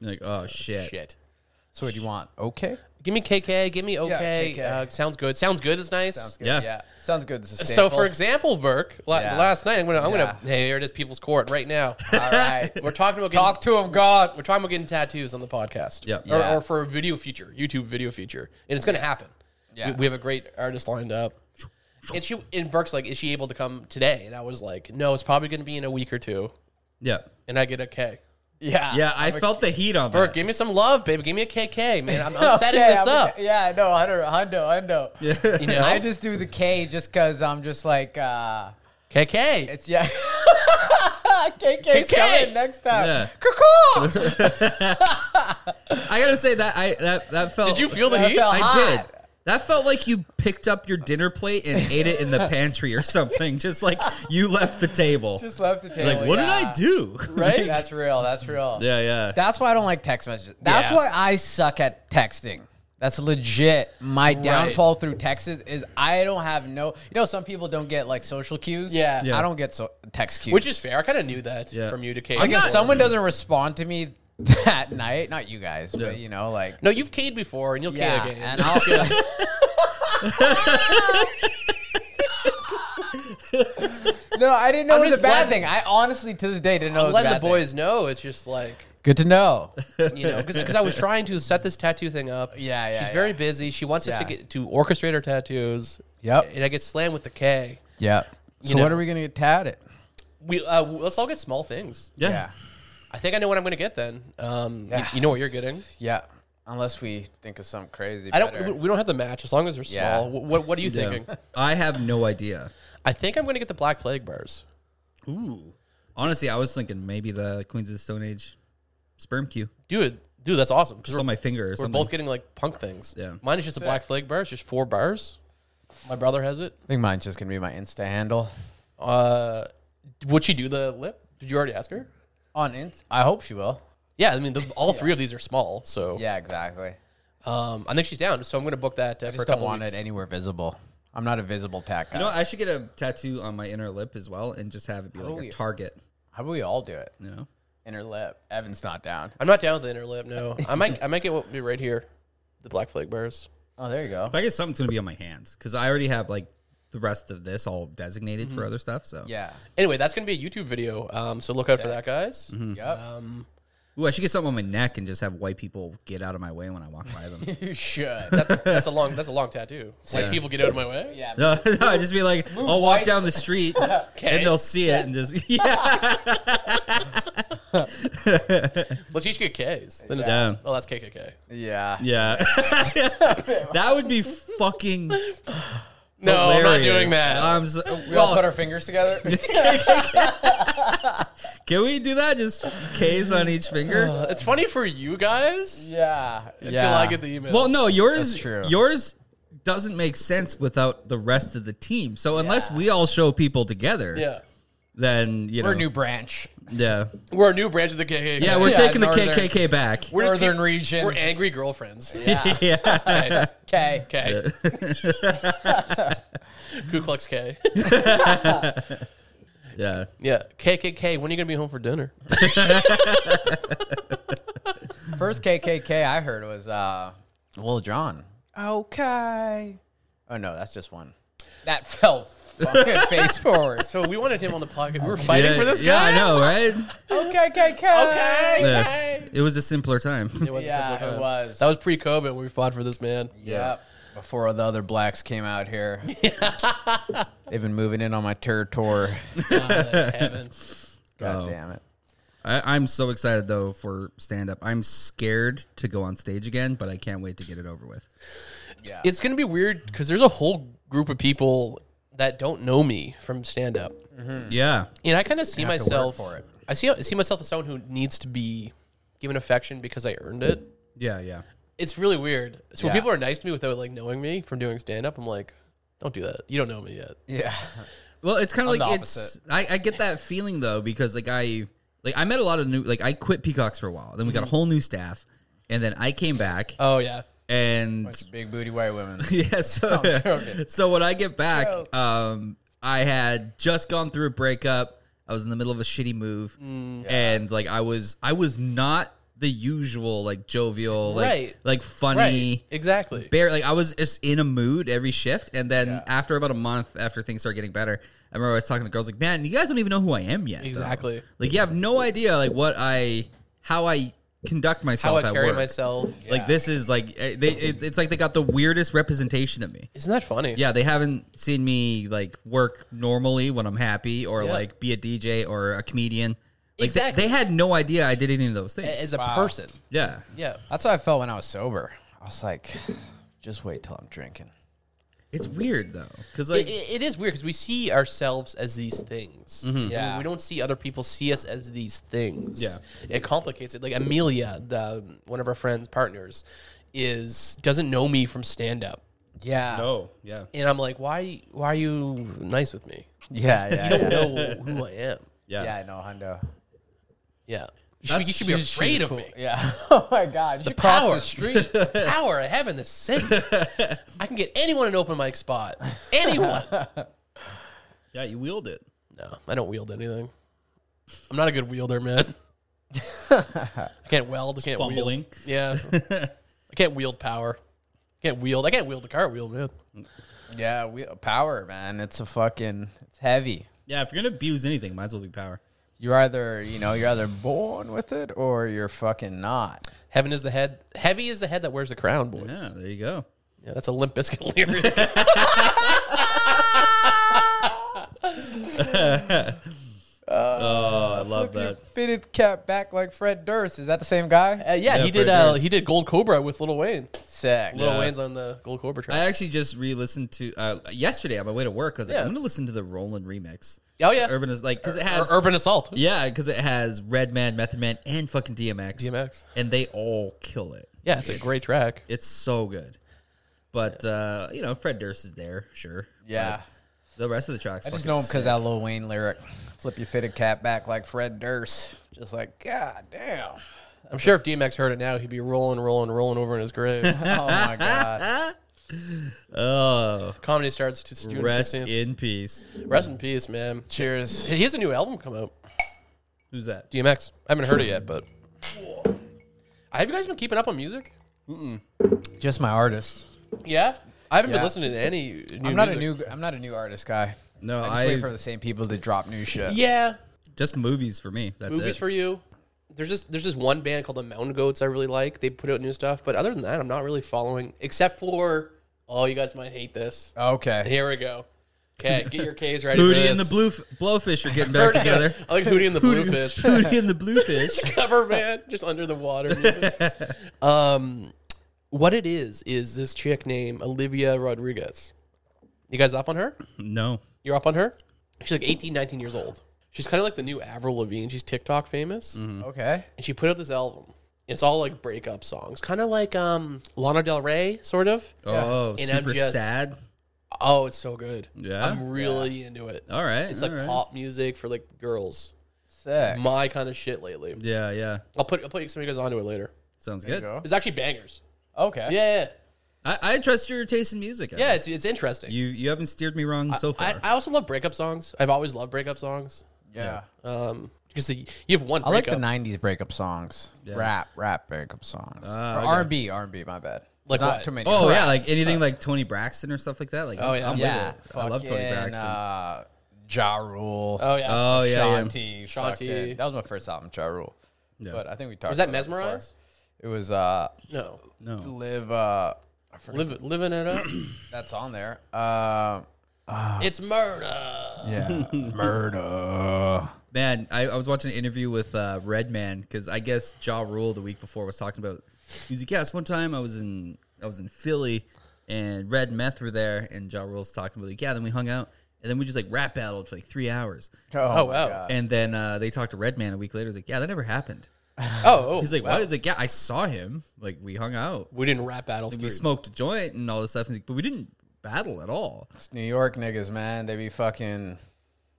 Speaker 4: Like oh shit.
Speaker 2: Shit.
Speaker 3: So what do you want? Okay.
Speaker 2: Give me KK. Give me okay.
Speaker 3: KK.
Speaker 2: Uh, sounds good. Sounds good is nice.
Speaker 3: Sounds good.
Speaker 4: Yeah.
Speaker 3: Sounds good. This is
Speaker 2: So, for example, Burke, la-
Speaker 3: Yeah.
Speaker 2: last night I'm gonna, I'm gonna,
Speaker 3: Yeah.
Speaker 2: hey, here it is, People's Court, right now.
Speaker 3: all right,
Speaker 2: We're talking about
Speaker 3: talk to him, God.
Speaker 2: We're talking about getting tattoos on the podcast.
Speaker 4: Yep.
Speaker 2: Or,
Speaker 3: Yeah.
Speaker 2: or for a video feature, YouTube video feature. And it's going to happen.
Speaker 3: Yeah.
Speaker 2: We, we have a great artist lined up. And she and Burke's like, is she able to come today? And I was like, no, it's probably going to be in a week or two.
Speaker 4: Yeah.
Speaker 2: And I get a K.
Speaker 3: Yeah.
Speaker 4: Yeah, I felt the heat on
Speaker 2: Burke,
Speaker 4: that.
Speaker 2: give me some love, baby. Give me a KK, man. I'm, I'm setting this up.
Speaker 3: Yeah, no, I know, hundo, hundo. Yeah.
Speaker 2: You know,
Speaker 3: I just do the K just because I'm just like, uh,
Speaker 2: KK.
Speaker 3: it's yeah. KK's
Speaker 2: KK.
Speaker 3: coming next time.
Speaker 4: Yeah.
Speaker 3: Caw-caw.
Speaker 4: I gotta say that I that that felt.
Speaker 2: Did you feel the
Speaker 3: That
Speaker 2: heat?
Speaker 3: felt-
Speaker 4: I
Speaker 3: hot?
Speaker 4: did. That felt like you picked up your dinner plate and ate it in the pantry or something. Just like you left the table.
Speaker 3: Just left the table.
Speaker 4: like what did
Speaker 3: yeah.
Speaker 4: I do?
Speaker 3: Right?
Speaker 4: Like,
Speaker 3: That's real. That's real.
Speaker 4: yeah, yeah.
Speaker 3: That's why I don't like text messages. That's
Speaker 2: Yeah.
Speaker 3: why I suck at texting. That's legit. My downfall through texts is I don't have no. You know, some people don't get like social cues.
Speaker 2: Yeah. Yeah.
Speaker 3: I don't get so, text cues.
Speaker 2: Which is fair. I kind of knew that
Speaker 4: Yeah.
Speaker 2: from you to KK.
Speaker 3: like if
Speaker 2: before.
Speaker 3: someone doesn't respond to me that night, not you guys, but you know, like
Speaker 2: no, you've K'd before and you'll
Speaker 3: yeah,
Speaker 2: K again.
Speaker 3: and I'll no, I didn't know
Speaker 2: I'm
Speaker 3: it was a
Speaker 2: just
Speaker 3: bad
Speaker 2: letting-
Speaker 3: thing. I honestly to this day didn't know. it was a
Speaker 2: Let the
Speaker 3: bad thing.
Speaker 2: boys know. It's just like,
Speaker 3: Good to know.
Speaker 2: you know, because I was trying to set this tattoo thing up.
Speaker 3: Yeah, yeah,
Speaker 2: She's
Speaker 3: yeah.
Speaker 2: very busy. She wants us to
Speaker 3: Yeah.
Speaker 2: get to orchestrate her tattoos.
Speaker 3: Yep.
Speaker 2: And I get slammed with the K.
Speaker 3: yeah. So
Speaker 2: know-
Speaker 3: what are we gonna get tatted?
Speaker 2: We uh, let's all get small things.
Speaker 4: yeah.
Speaker 2: I think I know what I'm going to get then. Um, you,
Speaker 3: Yeah.
Speaker 2: you know what you're getting.
Speaker 3: Yeah. Unless we think of something crazy.
Speaker 2: I don't.
Speaker 3: better.
Speaker 2: we- We don't have the match as long as they're small.
Speaker 3: Yeah.
Speaker 2: Wh- What What are you
Speaker 4: Yeah.
Speaker 2: thinking?
Speaker 4: I have no idea.
Speaker 2: I think I'm going to get the black flag bars.
Speaker 4: Ooh. Honestly, I was thinking maybe the Queens of the Stone Age sperm cue.
Speaker 2: Dude, dude, that's awesome. Because
Speaker 4: Just on my finger or
Speaker 2: we're
Speaker 4: something.
Speaker 2: both getting like punk things.
Speaker 4: Yeah.
Speaker 2: Mine is just a black flag bar. It's just four bars. My brother has it.
Speaker 3: I think mine's just gonna be my Insta handle.
Speaker 2: Uh, would she do the lip? Did you already ask her?
Speaker 3: On Insta, I hope she will.
Speaker 2: Yeah, I mean, those, all three of these are small, so
Speaker 3: Yeah, exactly.
Speaker 2: Um, I think she's down, so I'm going to book that uh, for a
Speaker 3: Just don't
Speaker 2: couple
Speaker 3: want
Speaker 2: weeks.
Speaker 3: it anywhere visible. I'm not a visible tat guy.
Speaker 4: you know, what? I should get a tattoo on my inner lip as well and just have it be like
Speaker 3: Oh,
Speaker 4: a
Speaker 3: yeah.
Speaker 4: target,
Speaker 3: How about we all do it?
Speaker 4: you know?
Speaker 3: Inner lip. Evan's not down.
Speaker 2: I'm not down with the inner lip. No, I might. I might get what be right here, the black flag bears.
Speaker 3: Oh, there you go.
Speaker 4: But I guess something's gonna be on my hands because I already have like the rest of this all designated for other stuff. So
Speaker 3: Mm-hmm.
Speaker 2: Mm-hmm.
Speaker 3: Yeah. Mm-hmm.
Speaker 2: Anyway, that's going to be a YouTube video. Um, so look out for that, guys.
Speaker 3: Yep.
Speaker 2: Um,
Speaker 4: Ooh, I should get something on my neck and just have white people get out of my way when I walk by them.
Speaker 3: You should.
Speaker 2: That's a, that's a long that's a long tattoo. White people get out of my way.
Speaker 3: yeah.
Speaker 4: No, no, I'd just be like, I'll walk
Speaker 3: whites.
Speaker 4: down the street and they'll see it and just yeah.
Speaker 2: Let's each get K's. Then it's
Speaker 4: Yeah.
Speaker 2: oh that's KKK.
Speaker 3: Yeah.
Speaker 4: Yeah. that would be fucking
Speaker 2: No, I'm not
Speaker 4: hilarious.
Speaker 2: doing that.
Speaker 3: Uh,
Speaker 4: I'm so,
Speaker 3: We all
Speaker 4: well,
Speaker 3: put our fingers together.
Speaker 4: can we do that? Just K's on each
Speaker 3: Uh,
Speaker 4: finger?
Speaker 2: Uh, it's funny for you guys
Speaker 3: yeah.
Speaker 2: until I get the email.
Speaker 4: Well, no, yours
Speaker 3: That's true.
Speaker 4: yours doesn't make sense without the rest of the team. So unless we all show people together,
Speaker 2: yeah,
Speaker 4: then you
Speaker 3: We're a
Speaker 4: know,
Speaker 3: new branch.
Speaker 4: yeah,
Speaker 2: we're a new branch of the KKK.
Speaker 4: yeah, we're
Speaker 3: Yeah,
Speaker 4: taking the
Speaker 3: northern-
Speaker 4: KKK back.
Speaker 2: We're just
Speaker 3: Northern
Speaker 2: peop-
Speaker 3: region.
Speaker 2: We're angry girlfriends.
Speaker 3: Yeah.
Speaker 4: yeah.
Speaker 3: Okay.
Speaker 2: Okay. Ku Klux K.
Speaker 4: yeah.
Speaker 2: Yeah. KKK, when are you going to be home for dinner?
Speaker 3: First KKK I heard was uh, Lil John. Okay. Oh no, that's just one. That fell fucking face forward.
Speaker 2: So we wanted him on the podcast. We were fighting
Speaker 4: yeah,
Speaker 2: for this
Speaker 4: yeah,
Speaker 2: guy.
Speaker 4: I know, right?
Speaker 3: Okay, KKK.
Speaker 2: Okay.
Speaker 4: Yeah. It was a simpler time.
Speaker 2: It was a
Speaker 3: Yeah,
Speaker 2: simple
Speaker 3: it
Speaker 2: time.
Speaker 3: was.
Speaker 2: That was pre COVID when we fought for this man.
Speaker 3: Yep. Before the other blacks came out here, they've been moving in on my territory.
Speaker 2: Heaven.
Speaker 3: God
Speaker 4: Oh.
Speaker 3: damn it.
Speaker 4: I, I'm so excited though for stand up. I'm scared to go on stage again, but I can't wait to get it over with.
Speaker 2: It's going to be weird because there's a whole group of people that don't know me from stand up.
Speaker 4: Yeah.
Speaker 2: And I kind of see
Speaker 3: have to work
Speaker 2: myself.
Speaker 3: for it.
Speaker 2: I see, I see myself as someone who needs to be given affection because I earned it.
Speaker 4: Yeah, yeah.
Speaker 2: It's really weird. So when
Speaker 3: Yeah.
Speaker 2: people are nice to me without like knowing me from doing stand up, I'm like, don't do that. You don't know me yet.
Speaker 3: Yeah.
Speaker 4: Well, it's kind of
Speaker 3: I'm
Speaker 4: like
Speaker 3: the
Speaker 4: it's. I, I get that feeling though because like I like I met a lot of new like I quit Peacocks for a while, then we got
Speaker 3: Mm-hmm.
Speaker 4: a whole new staff, and then I came back
Speaker 2: Oh yeah.
Speaker 4: and
Speaker 3: Big booty white women.
Speaker 4: yeah. So
Speaker 3: joking.
Speaker 4: so when I get back,
Speaker 3: Jokes.
Speaker 4: um, I had just gone through a breakup. I was in the middle of a shitty move,
Speaker 3: Mm,
Speaker 4: and like I was I was not the usual like jovial like
Speaker 2: Right.
Speaker 4: like funny.
Speaker 2: Right. Exactly.
Speaker 4: bare like I was just in a mood every shift, and then after about a month, after things started getting better, I remember I was talking to girls like, "Man, you guys don't even know who I am
Speaker 3: uh,
Speaker 4: yet." though."
Speaker 2: Exactly.
Speaker 4: Like you have no idea like what I, how I conduct
Speaker 2: How
Speaker 4: myself
Speaker 2: I
Speaker 4: at
Speaker 2: carry
Speaker 4: work.
Speaker 2: myself.
Speaker 4: Like this is like eh, they, it, it's like they got the weirdest representation of me.
Speaker 2: Isn't that funny?
Speaker 4: Yeah, they haven't seen me like work normally when I'm happy, or
Speaker 2: Yeah.
Speaker 4: like be a DJ or a comedian. Like, they-
Speaker 2: Exactly.
Speaker 4: They, had no idea I did any of those things.
Speaker 2: As a person.
Speaker 4: yeah.
Speaker 2: Yeah.
Speaker 3: That's how I felt when I was sober. I was like, just wait till I'm drinking.
Speaker 4: It's weird though, because like
Speaker 2: It- it- it is weird because we see ourselves as these things.
Speaker 3: Yeah.
Speaker 2: We don't see other people see us as these things.
Speaker 4: Mm-hmm. Yeah.
Speaker 2: It complicates it. Like Amelia, the one of our friends' partners, is doesn't know me from stand up.
Speaker 3: Yeah.
Speaker 4: oh yeah,
Speaker 2: And I'm like, why why are you nice with me?
Speaker 3: Yeah, yeah,
Speaker 2: You
Speaker 3: yeah.
Speaker 2: don't know who I am.
Speaker 4: yeah,
Speaker 3: Yeah, I know, Hundo.
Speaker 2: Yeah. You should be-
Speaker 4: That's-
Speaker 2: you should be
Speaker 4: she's- she's
Speaker 2: afraid of me.
Speaker 3: Yeah. Oh my God. You should cross
Speaker 2: power.
Speaker 3: the street.
Speaker 2: Power I have in the city. I can get anyone an open mic spot. Anyone.
Speaker 4: yeah. You wheeled it.
Speaker 2: No, I don't wield anything. I'm not a good wielder, man. I can't weld. I can't
Speaker 4: fumbling.
Speaker 2: wield. Yeah, I can't wield power. I can't wield. I can't wield the cartwheel, man.
Speaker 3: yeah, we, power, man. It's a fucking, it's heavy.
Speaker 4: Yeah, if you're gonna abuse anything, might as well be power.
Speaker 3: You're either, you know, you're either born with it or you're fucking not.
Speaker 2: Heaven is the head. Heavy is the head that wears the crown, boys.
Speaker 4: Yeah,
Speaker 2: Yeah,
Speaker 4: there you go.
Speaker 2: that's a limp bizkit lyric.
Speaker 4: Oh, I love that.
Speaker 3: Fitted cap back like Fred Durst. Is that the same guy?
Speaker 2: Uh, yeah, he
Speaker 4: for
Speaker 2: did. Uh,
Speaker 4: years.
Speaker 2: he did Gold Cobra with Little Wayne.
Speaker 3: Sick.
Speaker 2: Little
Speaker 4: Yeah.
Speaker 2: Wayne's on the Gold Cobra
Speaker 4: I
Speaker 2: track.
Speaker 4: actually just re-listened to uh, yesterday on my way to work. I was like,
Speaker 2: Yeah.
Speaker 4: I'm gonna listen to the Roland remix.
Speaker 2: oh yeah,
Speaker 4: Urban is like because it
Speaker 2: Ur-
Speaker 4: has
Speaker 2: Urban Assault.
Speaker 4: yeah because it has Redman, Method Man, and fucking DMX.
Speaker 2: DMX.
Speaker 4: and they all kill it.
Speaker 2: Yeah, it's a great track.
Speaker 4: It's so good. But uh, you know, Fred Durst is there, sure.
Speaker 3: Yeah.
Speaker 4: But the rest of the tracks,
Speaker 3: I just
Speaker 4: fucking
Speaker 3: know him because
Speaker 4: sick.
Speaker 3: that Lil Wayne lyric. Flip your fitted cap back like Fred Durst. Just like, God damn.
Speaker 2: I'm sure if DMX heard it now, he'd be rolling, rolling, rolling over in his grave.
Speaker 3: Oh my God.
Speaker 4: oh,
Speaker 2: Comedy starts to students.
Speaker 4: rest
Speaker 2: in-
Speaker 4: in peace.
Speaker 2: rest in peace, man.
Speaker 3: Cheers.
Speaker 2: He has a new album come out.
Speaker 4: Who's that?
Speaker 2: DMX. I haven't heard it yet, but have you guys been keeping up on music?
Speaker 3: Just my artist.
Speaker 2: Yeah, I haven't
Speaker 3: Yeah.
Speaker 2: been listening to any. New
Speaker 3: I'm not
Speaker 2: music.
Speaker 3: a new. I'm not a new artist guy.
Speaker 4: No,
Speaker 3: I just
Speaker 4: I
Speaker 3: wait for the same people to drop new shit.
Speaker 2: Yeah,
Speaker 4: just movies for me. That's
Speaker 2: movies
Speaker 4: it.
Speaker 2: for you. there's just there's just one band called the Mountain Goats I really like. They put out new stuff, but other than that, I'm not really following except for oh, you guys might hate this.
Speaker 3: Okay.
Speaker 2: Here we go. Okay, get your K's ready. for
Speaker 4: Hootie and the
Speaker 2: this.
Speaker 4: Blue Blowfish are getting back together.
Speaker 2: I like Hootie and the Bluefish.
Speaker 4: Hootie and the Bluefish.
Speaker 2: cover band, just under the water. Music. um, what it is is this chick named Olivia Rodriguez. You guys up on her?
Speaker 4: No.
Speaker 2: You're up on her? She's like 18, 19 years old. She's kind of like the new Avril Lavigne. She's TikTok famous,
Speaker 4: Mm-hmm.
Speaker 3: Okay.
Speaker 2: and she put out this album. It's all like breakup songs, kind of like um, Lana Del Rey, sort of.
Speaker 4: Oh,
Speaker 2: And I'm
Speaker 4: super
Speaker 2: just-
Speaker 4: sad.
Speaker 2: Oh, it's so good.
Speaker 4: Yeah?
Speaker 2: I'm really into it.
Speaker 4: All right.
Speaker 2: It's like
Speaker 4: all right.
Speaker 2: pop music for like girls.
Speaker 3: Sick.
Speaker 2: My kind of shit lately.
Speaker 4: Yeah, yeah.
Speaker 2: I'll put I'll put some of you guys onto it later.
Speaker 4: Sounds
Speaker 3: There you
Speaker 4: good.
Speaker 3: go.
Speaker 2: It's actually bangers.
Speaker 3: Okay.
Speaker 2: Yeah, yeah.
Speaker 4: I, I trust your taste in music. I
Speaker 2: Yeah,
Speaker 4: think.
Speaker 2: it's it's interesting.
Speaker 4: You you haven't steered me wrong so far.
Speaker 2: I, I also love breakup songs. I've always loved breakup songs.
Speaker 3: Yeah.
Speaker 2: Um, because the, you have one
Speaker 3: I like
Speaker 2: breakup,
Speaker 3: the '90s breakup songs, rap, rap breakup songs, Or
Speaker 4: okay.
Speaker 3: R&B, R&B. My bad.
Speaker 2: Like
Speaker 3: Not
Speaker 2: what?
Speaker 3: too many.
Speaker 4: oh yeah, like anything like Tony Braxton or stuff like that. Like
Speaker 2: Uh, Oh, yeah.
Speaker 4: I'm
Speaker 3: yeah.
Speaker 4: with it. I love Tony
Speaker 3: fucking,
Speaker 4: Braxton.
Speaker 3: Uh, ja Rule.
Speaker 2: oh yeah,
Speaker 4: oh yeah, yeah.
Speaker 3: Shanti.
Speaker 2: Shanti.
Speaker 3: fucking- That was my first album, Ja Rule. But I think we talked.
Speaker 2: was that
Speaker 3: about it before.
Speaker 2: mesmerize?
Speaker 3: It was uh,
Speaker 2: No,
Speaker 4: No.
Speaker 3: live. Uh, I forget
Speaker 2: Liv- living it up.
Speaker 3: that's on there. Uh,
Speaker 2: it's murder.
Speaker 3: yeah, Oh, murder.
Speaker 4: Man, I, I was watching an interview with uh, Redman because I guess Ja Rule the week before was talking about. He was like, "Yeah, this one time I was in I was in Philly and Red Meth were there, and Ja Rule's talking about like, yeah, then we hung out and then we just like rap battled for like three hours,
Speaker 3: Oh, my
Speaker 2: wow.
Speaker 3: God.
Speaker 4: and then uh, they talked to Redman a week later. He's like, yeah, that never happened.
Speaker 2: Oh, oh,
Speaker 4: He's like,
Speaker 2: wow.
Speaker 4: what? He's like, yeah, I saw him. Like we hung out,
Speaker 2: We didn't rap battle
Speaker 4: we
Speaker 2: three.
Speaker 4: smoked a joint and all this stuff, He's like, but we didn't battle at all.
Speaker 3: It's New York niggas, man. They be fucking.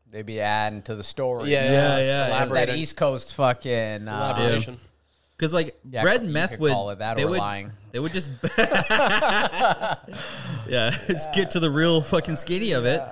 Speaker 3: They be adding to the story.
Speaker 2: yeah, yeah,
Speaker 4: Yeah, yeah.
Speaker 3: It's that
Speaker 2: Elaborated.
Speaker 3: East Coast fucking. Uh,
Speaker 2: Elaboration.
Speaker 4: Because like
Speaker 3: Yeah,
Speaker 4: red
Speaker 3: you
Speaker 4: meth
Speaker 3: could
Speaker 4: would
Speaker 3: call it that
Speaker 4: they
Speaker 3: or
Speaker 4: would
Speaker 3: lying.
Speaker 4: they would just yeah, just get to the real fucking skinny of it.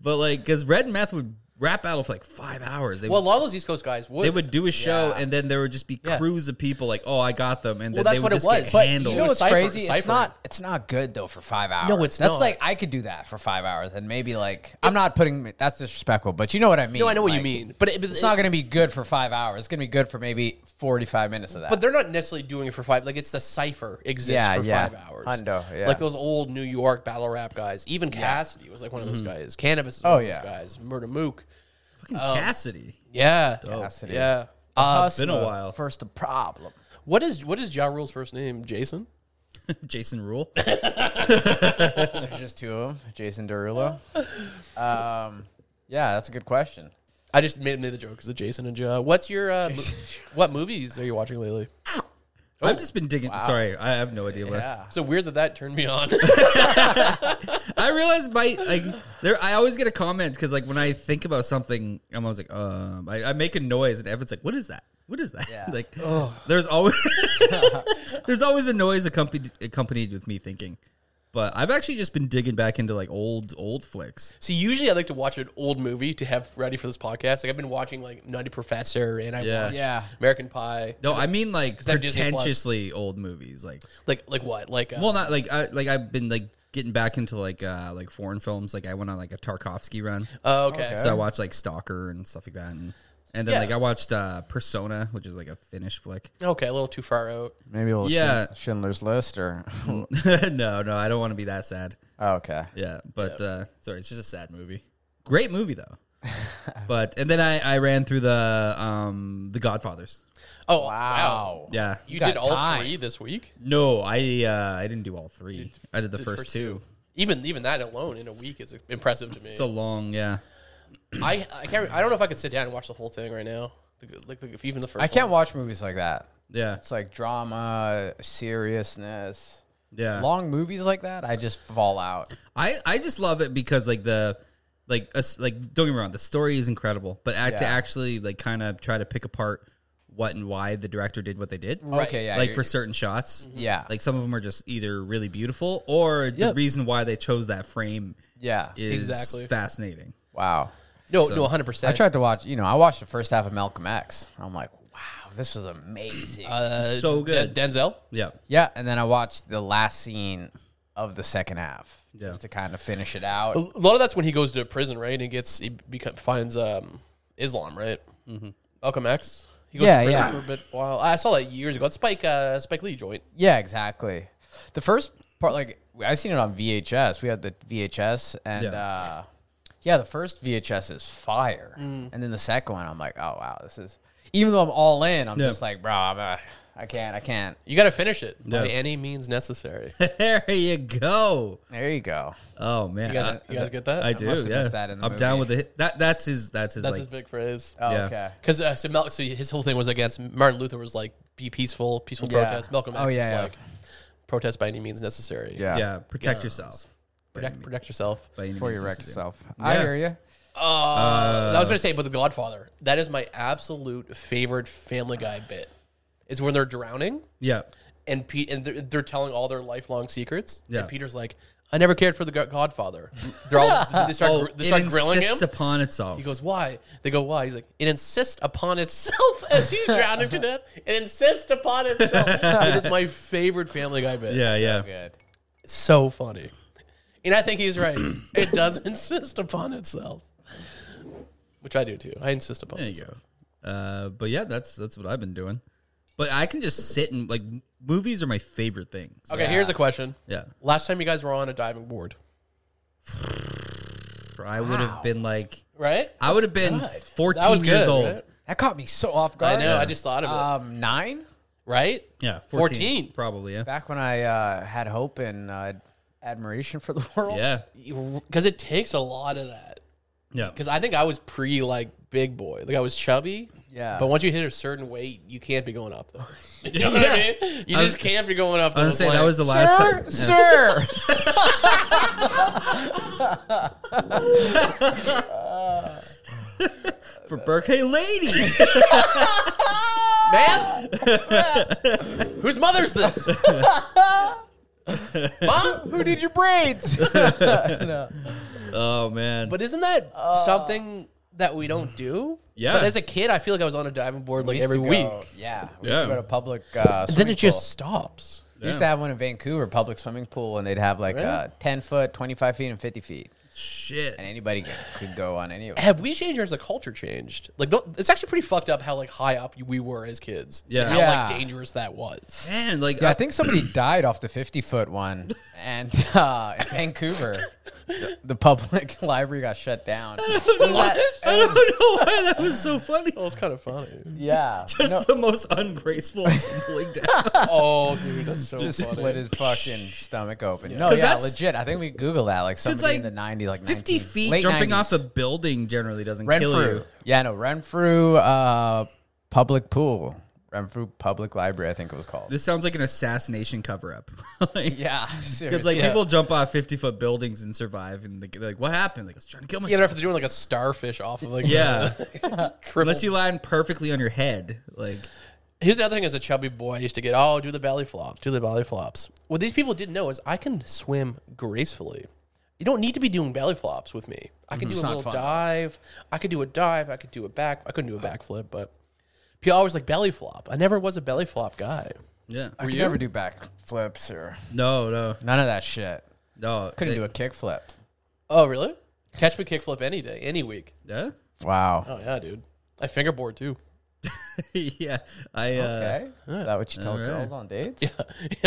Speaker 4: But like because red meth would rap battle for like five hours. They
Speaker 2: Well, a
Speaker 4: would,
Speaker 2: lot of those East Coast guys would.
Speaker 4: they would do a show
Speaker 3: Yeah.
Speaker 4: and then there would just be crews of people like oh I got them and
Speaker 2: Well,
Speaker 4: then
Speaker 2: that's
Speaker 4: they
Speaker 2: what
Speaker 4: would
Speaker 2: it
Speaker 4: just
Speaker 2: was.
Speaker 4: get
Speaker 2: But you
Speaker 4: handled.
Speaker 3: You know what's
Speaker 2: Cypher-
Speaker 3: crazy? It's
Speaker 2: cypher.
Speaker 3: not. It's not good though for five hours.
Speaker 2: it's
Speaker 3: that's
Speaker 2: not.
Speaker 3: like I could do that for five hours, and maybe like I'm not putting. That's disrespectful, but you know what I mean.
Speaker 2: no, I know what you
Speaker 3: Like,
Speaker 2: mean, but, it, but
Speaker 3: It's not going to be good for five hours. It's going to be good for maybe 45 minutes of that.
Speaker 2: But they're not necessarily doing it for five. Like it's the cipher exists
Speaker 3: Yeah,
Speaker 2: for
Speaker 3: yeah.
Speaker 2: five hours.
Speaker 3: Hundo, yeah.
Speaker 2: Like those old New York battle rap guys. Even Cassidy was like one of those
Speaker 4: Mm-hmm.
Speaker 2: guys. Cannabis is one
Speaker 3: Oh,
Speaker 2: of those
Speaker 3: yeah.
Speaker 2: guys. Murder Mook.
Speaker 4: Fucking Cassidy.
Speaker 2: Yeah.
Speaker 3: Cassidy.
Speaker 2: Yeah. Uh,
Speaker 4: been a
Speaker 3: Hustler,
Speaker 4: while.
Speaker 3: First, the problem.
Speaker 2: what is what is Ja Rule's first name? Jason?
Speaker 4: Jason Rule.
Speaker 3: There's just two of them. Jason Derulo. Um, yeah, that's a good question.
Speaker 2: I just made, made the joke because of Jason and Ja. What's your uh, mo- what movies are you watching lately?
Speaker 4: I've just been digging. Sorry, I have no idea. what
Speaker 3: Yeah.
Speaker 2: So weird that that turned me on.
Speaker 4: I realize my like there. I always get a comment because like when I think about something, I'm always like, um, I, I make a noise, and Evan's like, "What is that? What is that?"
Speaker 3: Yeah.
Speaker 4: like, there's always there's always a noise accompanied accompanied with me thinking. But I've actually just been digging back into like old old flicks.
Speaker 2: See, usually I like to watch an old movie to have ready for this podcast. Like I've been watching like Nutty Professor and I
Speaker 4: Yeah.
Speaker 2: watched
Speaker 3: Yeah.
Speaker 2: American Pie.
Speaker 4: No, I mean like
Speaker 2: they're Disney Plus.
Speaker 4: pretentiously old movies. Like,
Speaker 2: Like like what? Like uh,
Speaker 4: well, not like I like I've been like getting back into like uh like foreign films. Like I went on like a Tarkovsky run.
Speaker 2: oh, okay.
Speaker 4: So I watched like Stalker and stuff like that, and and then
Speaker 2: Yeah.
Speaker 4: like I watched uh Persona, which is like a Finnish flick.
Speaker 2: Okay, a little too far out.
Speaker 3: Maybe a little
Speaker 4: Yeah.
Speaker 3: Schind- Schindler's List or.
Speaker 4: no, no, I don't want to be that sad.
Speaker 3: Oh, okay.
Speaker 4: Yeah, but uh, sorry, it's just a sad movie. Great movie though. but and then I, I ran through the um the Godfathers.
Speaker 2: Oh wow!
Speaker 3: Wow.
Speaker 4: Yeah.
Speaker 2: You,
Speaker 3: got
Speaker 2: did all
Speaker 3: time.
Speaker 2: three this week.
Speaker 4: No, I uh, I didn't do all three. I did the first,
Speaker 2: first
Speaker 4: two.
Speaker 2: Even even that alone in a week is impressive to me.
Speaker 4: It's a long yeah.
Speaker 2: I I can't. I don't know if I could sit down and watch the whole thing right now. Like, Like, like if even the first.
Speaker 3: I can't
Speaker 2: one.
Speaker 3: watch movies like that.
Speaker 4: Yeah.
Speaker 3: It's like drama, seriousness.
Speaker 4: Yeah.
Speaker 3: Long movies like that, I just fall out.
Speaker 4: I, I just love it because like the like us like don't get me wrong, the story is incredible, but act, to
Speaker 3: Yeah.
Speaker 4: actually like kind of try to pick apart what and why the director did what they did.
Speaker 3: Okay, yeah.
Speaker 4: like
Speaker 3: you're-
Speaker 4: for certain shots.
Speaker 3: Yeah.
Speaker 4: Like some of them are just either really beautiful or the reason why they chose that frame
Speaker 3: yeah.
Speaker 4: is
Speaker 2: Exactly.
Speaker 4: fascinating.
Speaker 3: wow.
Speaker 2: No, no, one hundred
Speaker 3: I
Speaker 2: percent.
Speaker 3: tried to watch, you know, I watched the first half of Malcolm X. I'm like, wow, this was amazing.
Speaker 2: Uh,
Speaker 4: So good.
Speaker 2: Den- Denzel.
Speaker 4: Yeah.
Speaker 3: yeah, and then I watched the last scene of the second half
Speaker 4: Yeah.
Speaker 3: just to kind of finish it out.
Speaker 2: A lot of that's when he goes to prison, right? And he gets he become, finds um Islam, right? Mm-hmm. Malcolm X. He goes
Speaker 3: Yeah,
Speaker 2: to prison
Speaker 3: yeah.
Speaker 2: for a bit while. I saw that years ago. It's Spike uh, Spike Lee joint.
Speaker 3: Yeah, exactly. The first part, like I seen it on VHS. We had the VHS, and
Speaker 4: Yeah.
Speaker 3: uh, yeah, the first VHS is fire,
Speaker 4: Mm.
Speaker 3: and then the second one, I'm like, oh wow, this is. Even though I'm all in, I'm
Speaker 4: Yeah.
Speaker 3: just like, bro, I'm, uh, I can't, I can't.
Speaker 2: You got to finish it
Speaker 4: No.
Speaker 2: by any means necessary.
Speaker 4: there you go.
Speaker 3: There you go.
Speaker 4: Oh man,
Speaker 2: You guys,
Speaker 4: I-
Speaker 2: you guys get that?
Speaker 4: I, do.
Speaker 3: must have
Speaker 4: yeah,
Speaker 3: missed that in the
Speaker 4: I'm
Speaker 3: movie.
Speaker 4: down with the hit. That that's his. That's his.
Speaker 2: That's
Speaker 4: like,
Speaker 2: his big phrase.
Speaker 3: Oh,
Speaker 4: Yeah.
Speaker 3: okay.
Speaker 2: Because uh, so, Mel- so his whole thing was against Martin Luther was like be peaceful, peaceful
Speaker 3: Yeah.
Speaker 2: protest. Malcolm X
Speaker 3: Oh, yeah,
Speaker 2: is
Speaker 3: yeah.
Speaker 2: like protest by any means necessary.
Speaker 3: Yeah.
Speaker 4: yeah, protect yourself.
Speaker 2: protect, protect yourself.
Speaker 4: By any
Speaker 3: Before you
Speaker 4: means
Speaker 3: wreck
Speaker 4: necessary.
Speaker 3: yourself, I
Speaker 4: Yeah.
Speaker 3: hear you.
Speaker 2: Uh, I was gonna say, but The Godfather. That is my absolute favorite Family Guy bit. Is when they're drowning
Speaker 4: Yeah,
Speaker 2: and Pete and they're, they're telling all their lifelong secrets.
Speaker 4: Yeah.
Speaker 2: And Peter's like, I never cared for The Go- Godfather. They're all they start gr- they
Speaker 4: Oh, it
Speaker 2: start grilling him.
Speaker 4: insists upon itself.
Speaker 2: He goes, Why? They go, Why? He's like, It insists upon itself as he's drowning to death. It insists upon itself. it is my favorite Family Guy bit.
Speaker 4: yeah, yeah.
Speaker 3: Good.
Speaker 2: It's so funny. And I think he's right. it does insist upon itself, which I do too. I insist upon
Speaker 4: There you
Speaker 2: itself.
Speaker 4: go. Uh, but yeah, that's that's what I've been doing. But I can just sit and like movies are my favorite things.
Speaker 2: Okay, here's a question.
Speaker 4: Yeah,
Speaker 2: Last time you guys were on a diving board,
Speaker 4: I would have been like,
Speaker 2: right?
Speaker 4: I would have been
Speaker 2: That was
Speaker 4: 14 years
Speaker 2: good,
Speaker 4: old.
Speaker 2: right?
Speaker 3: That caught me so off
Speaker 2: I
Speaker 3: guard.
Speaker 2: know. I just thought of it.
Speaker 3: Um, nine.
Speaker 2: right?
Speaker 4: Uh, Yeah, 14,
Speaker 2: 14.
Speaker 4: probably. Yeah,
Speaker 3: Back when I uh, had hope and uh, admiration for the world.
Speaker 4: yeah,
Speaker 2: Because it takes a lot of that.
Speaker 4: yeah.
Speaker 2: Because I think I was pre like big boy. Like I was chubby.
Speaker 3: Yeah.
Speaker 2: But once you hit a certain weight, you can't be going up though. you know what I mean? You
Speaker 4: was-
Speaker 2: just can't be going up.
Speaker 4: I was saying that was the last
Speaker 3: Sir,
Speaker 4: time.
Speaker 3: sir.
Speaker 4: for Burke. Hey, lady.
Speaker 2: man. Whose mother's this? Mom.
Speaker 3: Who did your braids?
Speaker 4: oh man.
Speaker 2: But isn't that something that we don't do?
Speaker 4: Yeah.
Speaker 2: But as a kid, I feel like I was on a diving board like
Speaker 3: We used
Speaker 2: every
Speaker 3: to
Speaker 2: week.
Speaker 3: go- Yeah, we used
Speaker 4: Yeah.
Speaker 3: to go to public. Uh,
Speaker 2: And then
Speaker 3: swimming
Speaker 2: it just stops.
Speaker 3: pool. We used to have one in Vancouver, public swimming pool, and they'd have like uh, ten foot, twenty five feet, and fifty feet,
Speaker 4: Shit.
Speaker 3: and anybody could, could go on any of it.
Speaker 2: Have we changed or has the culture changed? Like, don't- it's actually pretty fucked up how like high up we were as kids.
Speaker 4: Yeah.
Speaker 2: And how like
Speaker 3: Yeah.
Speaker 2: dangerous that was.
Speaker 4: Man, like
Speaker 3: Yeah,
Speaker 4: I
Speaker 3: I think somebody died off the fifty foot one, and uh, in Vancouver, the, the public library got shut down. That-
Speaker 4: I don't know why that was so funny.
Speaker 2: Well, it's kind of funny.
Speaker 3: yeah,
Speaker 4: Just the most ungraceful tumbling down.
Speaker 2: oh, dude, that's so
Speaker 3: just
Speaker 2: funny.
Speaker 3: split his fucking stomach open. No,
Speaker 4: 'Cause
Speaker 3: yeah,
Speaker 4: that's-
Speaker 3: legit. I think we Google that. Like somebody in the
Speaker 4: like
Speaker 3: nineties, like
Speaker 4: 50
Speaker 3: 19
Speaker 4: feet
Speaker 3: late
Speaker 4: jumping
Speaker 3: 90s.
Speaker 4: off a building generally doesn't kill
Speaker 3: Renfrew.
Speaker 4: you.
Speaker 3: Yeah, no, Renfrew uh, Public Pool. Renfrew Public Library, I think it was called.
Speaker 4: This sounds like an assassination cover up. like,
Speaker 3: yeah,
Speaker 4: Because
Speaker 3: seriously.
Speaker 4: like people jump off fifty foot buildings and survive, and like, they're like what happened? Like I was trying to kill
Speaker 2: You know,
Speaker 4: myself.
Speaker 2: if they're doing like a starfish off of like
Speaker 4: Yeah,
Speaker 2: triple.
Speaker 4: unless you land perfectly on your head. Like
Speaker 2: Here's the other thing: as a chubby boy, I used to get oh, do the belly flop, do the belly flops. What these people didn't know is I can swim gracefully. You don't need to be doing belly flops with me. I
Speaker 4: Mm-hmm.
Speaker 2: can do a
Speaker 3: not
Speaker 2: little
Speaker 3: fun.
Speaker 2: dive. I could do a dive. I could do a back. I couldn't do a backflip, but people always like belly flop. I never was a belly flop guy.
Speaker 4: yeah,
Speaker 3: I could never do back flips or
Speaker 4: no, no,
Speaker 3: none of that shit.
Speaker 4: no.
Speaker 3: Couldn't
Speaker 4: They-
Speaker 3: do a kick flip.
Speaker 2: Oh, really? Catch me kickflip any day, any week.
Speaker 4: Yeah,
Speaker 3: Wow.
Speaker 2: Oh yeah, dude. I fingerboard too.
Speaker 4: yeah. I uh,
Speaker 3: Okay. Is that what you tell
Speaker 4: All right.
Speaker 3: girls on dates? Yeah.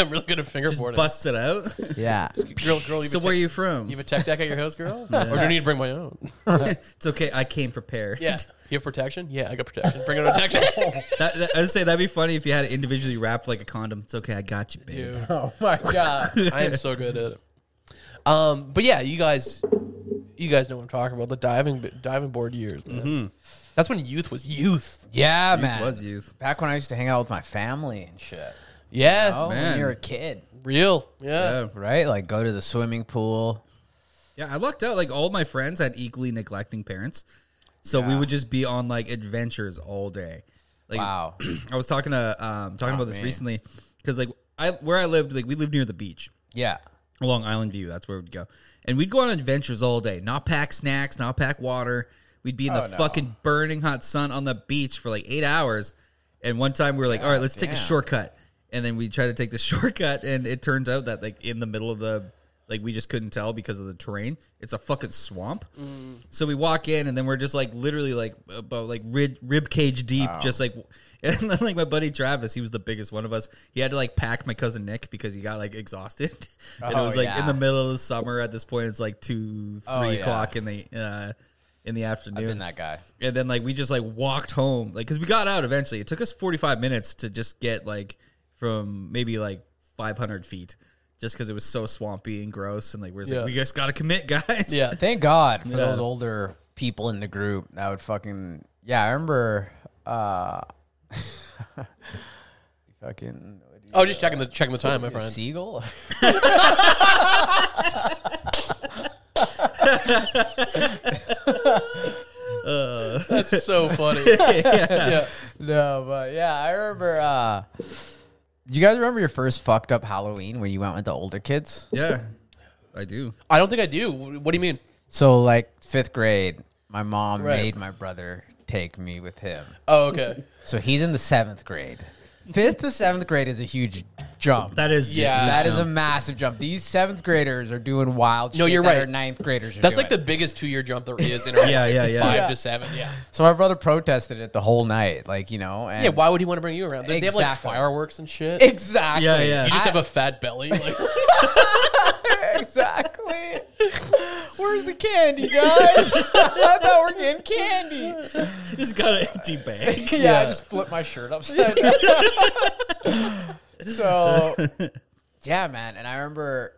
Speaker 2: I'm really good at
Speaker 4: just
Speaker 2: fingerboarding.
Speaker 4: bust it out.
Speaker 2: girl, girl, you
Speaker 4: so
Speaker 2: have, a tech,
Speaker 4: where are you from?
Speaker 2: you have a tech deck at your house, girl? Or do you need to bring my own?
Speaker 4: it's okay. I came prepared.
Speaker 2: Yeah. You have protection? Yeah, I got protection. Bring on protection.
Speaker 4: That, that- I'd say that'd be funny if you had it individually wrapped like a condom. It's okay. I got you, babe.
Speaker 2: Dude,
Speaker 3: Oh my god.
Speaker 2: I am so good at it. Um, but yeah, you guys, you guys know what I'm talking about. The diving, diving board years, man. That's when youth was youth.
Speaker 3: yeah,
Speaker 4: Youth
Speaker 3: man.
Speaker 4: was youth.
Speaker 3: Back when I used to hang out with my family and shit.
Speaker 2: Yeah,
Speaker 3: Oh,
Speaker 4: Man.
Speaker 3: when you're a kid,
Speaker 2: real. Yeah.
Speaker 4: Yeah.
Speaker 3: right? Like go to the swimming pool.
Speaker 4: Yeah, I lucked out. Like all my friends had equally neglecting parents, so we
Speaker 3: Yeah.
Speaker 4: would just be on like adventures all day. Like,
Speaker 3: Wow.
Speaker 4: I was talking to um talking about this
Speaker 3: man.
Speaker 4: recently because like I where I lived like we lived near the beach,
Speaker 3: Yeah.
Speaker 4: Long Island View. That's where we'd go, and we'd go on adventures all day. Not pack snacks, not pack water. We'd be in the
Speaker 3: Oh, no.
Speaker 4: fucking burning hot sun on the beach for like eight hours. And one time we were like, all right, let's take a
Speaker 3: damn.
Speaker 4: shortcut, and then we tried to take the shortcut, and it turns out that like in the middle of the like we just couldn't tell because of the terrain. It's a fucking swamp. So we walk in, and then we're just like literally like about like rib, rib cage deep, just like. And then, like my buddy Travis, he was the biggest one of us. He had to like pack my cousin Nick because he got like exhausted. and it
Speaker 3: Oh,
Speaker 4: was like in
Speaker 3: yeah.
Speaker 4: the middle of the summer at this point. It's like two, three
Speaker 3: Oh, yeah.
Speaker 4: o'clock in the uh, in the afternoon.
Speaker 3: I've been that guy.
Speaker 4: And then like we just like walked home, like because we got out eventually. It took us forty five minutes to just get like from maybe like five hundred feet, just because it was so swampy and gross. And like we're just
Speaker 2: Yeah.
Speaker 4: like we just got to commit, guys.
Speaker 2: Yeah.
Speaker 3: Uh, Thank God for those older people in the group that would fucking yeah. I remember. uh Fucking
Speaker 2: Oh, just checking the checking the time, my friend.
Speaker 3: seagull.
Speaker 2: That's so funny. yeah.
Speaker 3: No, but yeah, I remember. uh Do you guys remember your first fucked up Halloween when you went with the older kids?
Speaker 4: yeah, I do.
Speaker 2: I don't think I do. What do you mean?
Speaker 3: So like fifth grade, my mom
Speaker 2: Right.
Speaker 3: made my brother take me with him.
Speaker 2: Oh, okay.
Speaker 3: So he's in the seventh grade. Fifth to seventh grade is a huge jump.
Speaker 4: That is
Speaker 2: Yeah.
Speaker 3: That is a massive jump. These seventh graders are doing wild.
Speaker 2: No,
Speaker 3: shit
Speaker 2: you're
Speaker 3: that
Speaker 2: right.
Speaker 3: our ninth graders. Are
Speaker 2: That's like the
Speaker 3: doing.
Speaker 2: biggest two year jump there is in our
Speaker 4: Yeah, yeah, yeah.
Speaker 2: five
Speaker 4: Yeah.
Speaker 2: to seven. Yeah.
Speaker 3: So my brother protested it the whole night, like you know. And
Speaker 2: Yeah. Why would he want to bring you around? They, they have like
Speaker 3: Exactly.
Speaker 2: fireworks and shit.
Speaker 3: Exactly.
Speaker 4: Yeah, yeah.
Speaker 2: you just
Speaker 3: I-
Speaker 2: have a fat belly. Like,
Speaker 3: exactly. Where's the candy, guys? I thought we're getting candy.
Speaker 4: just got an empty bag.
Speaker 3: Yeah, I just flipped my shirt upside down. so, yeah, man. And I remember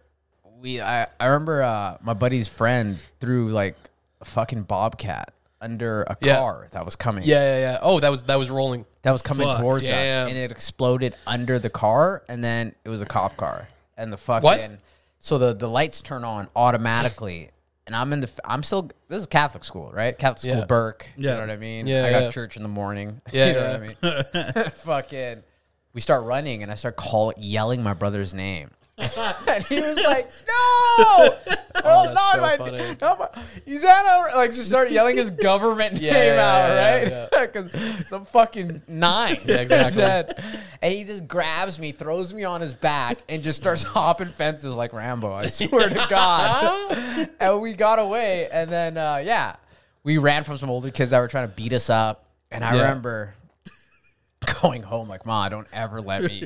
Speaker 3: we, I, I remember uh, my buddy's friend threw like a fucking bobcat under a
Speaker 2: Yeah.
Speaker 3: car that was coming.
Speaker 2: yeah, yeah, yeah. Oh, that was that was rolling.
Speaker 3: that was coming
Speaker 4: Fuck,
Speaker 3: towards
Speaker 2: damn.
Speaker 3: us, and it exploded under the car, and then it was a cop car, and the fucking so the the lights turn on automatically, and I'm in the I'm still this is Catholic school, right? Catholic school
Speaker 2: Yeah.
Speaker 3: Burke,
Speaker 4: Yeah.
Speaker 3: you know what I mean?
Speaker 2: Yeah,
Speaker 3: I got
Speaker 2: yeah.
Speaker 3: church in the morning,
Speaker 2: Yeah,
Speaker 3: you know what I mean? fucking, we start running, and I start call yelling my brother's name. and he was like, "No, oh,
Speaker 2: that's
Speaker 3: not,
Speaker 2: so
Speaker 3: my,
Speaker 2: funny.
Speaker 3: not my, he's at our like just start yelling his government
Speaker 2: Yeah,
Speaker 3: name
Speaker 2: yeah,
Speaker 3: out,
Speaker 2: yeah,
Speaker 3: right?
Speaker 2: yeah.
Speaker 3: Because some fucking nine.
Speaker 2: Yeah, exactly.
Speaker 3: Dead. And he just grabs me, throws me on his back, and just starts hopping fences like Rambo. I swear to God. and we got away. And then, uh, yeah, we ran from some older kids that were trying to beat us up. And I remember going home like, Ma, don't ever let me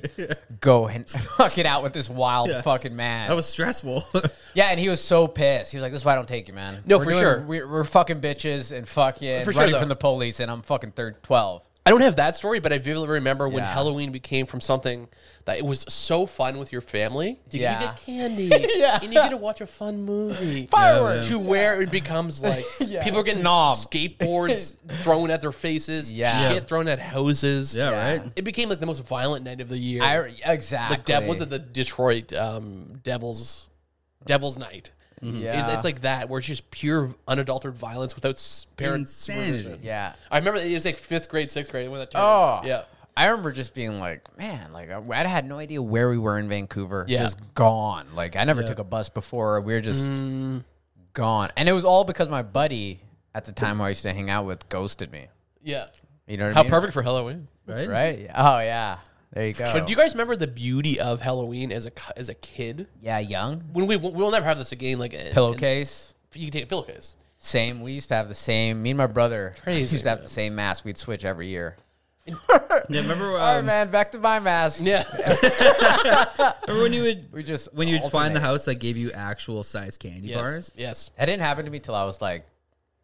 Speaker 3: go and fuck it out with this wild fucking man.
Speaker 4: That was stressful.
Speaker 3: yeah, and he was so pissed. He was like, "This is why I don't take you, man.
Speaker 2: No,
Speaker 3: We're
Speaker 2: for
Speaker 3: doing-
Speaker 2: sure.
Speaker 3: We're, we're fucking bitches and fucking
Speaker 2: For sure,
Speaker 3: running
Speaker 2: though.
Speaker 3: from the police, and I'm fucking third twelve.
Speaker 2: I don't have that story, but I vividly remember when
Speaker 3: Yeah.
Speaker 2: Halloween became from something that it was so fun with your family. Did
Speaker 3: Yeah.
Speaker 2: you get candy?
Speaker 3: Yeah.
Speaker 2: And you get to watch a fun movie.
Speaker 3: Fireworks.
Speaker 2: To where it becomes like
Speaker 3: Yeah.
Speaker 2: people are getting
Speaker 3: Snob.
Speaker 2: skateboards thrown at their faces,
Speaker 3: Yeah.
Speaker 2: shit thrown at houses.
Speaker 4: yeah, right.
Speaker 2: It became like the most violent night of the year.
Speaker 3: I exactly.
Speaker 2: the dev was it the Detroit um, Devils Devils Night.
Speaker 3: Yeah.
Speaker 2: It's, it's like that where it's just pure unadulterated violence without s- parents
Speaker 4: Insanity.
Speaker 2: supervision.
Speaker 3: yeah.
Speaker 2: I remember it was like fifth grade, sixth grade when that turned.
Speaker 3: Oh
Speaker 2: yeah.
Speaker 3: I remember just being like, man, like I, I had no idea where we were in Vancouver.
Speaker 2: Yeah.
Speaker 3: Just gone. Like I never took a bus before. We were just
Speaker 2: Mm.
Speaker 3: gone, and it was all because my buddy at the time who I used to hang out with ghosted me.
Speaker 2: Yeah.
Speaker 3: You know what
Speaker 2: How
Speaker 3: I mean?
Speaker 2: perfect for Halloween.
Speaker 4: Right.
Speaker 3: right? Oh yeah. There you go.
Speaker 2: But do you guys remember the beauty of Halloween as a cu- as a kid?
Speaker 3: yeah, young
Speaker 2: When we we'll never have this again. Like uh,
Speaker 3: pillowcase.
Speaker 2: you can take a pillowcase.
Speaker 3: Same. We used to have the same. Me and my brother
Speaker 2: Crazy,
Speaker 3: used to have the same mask. We'd switch every year.
Speaker 4: Yeah. Remember,
Speaker 3: All right,
Speaker 4: um,
Speaker 3: man. Back to my mask.
Speaker 2: Yeah.
Speaker 4: remember when you would
Speaker 3: We just
Speaker 4: when you'd find the
Speaker 3: alternate.
Speaker 4: house that gave you actual size candy
Speaker 2: yes.
Speaker 4: bars.
Speaker 2: Yes.
Speaker 3: That didn't happen to me till I was like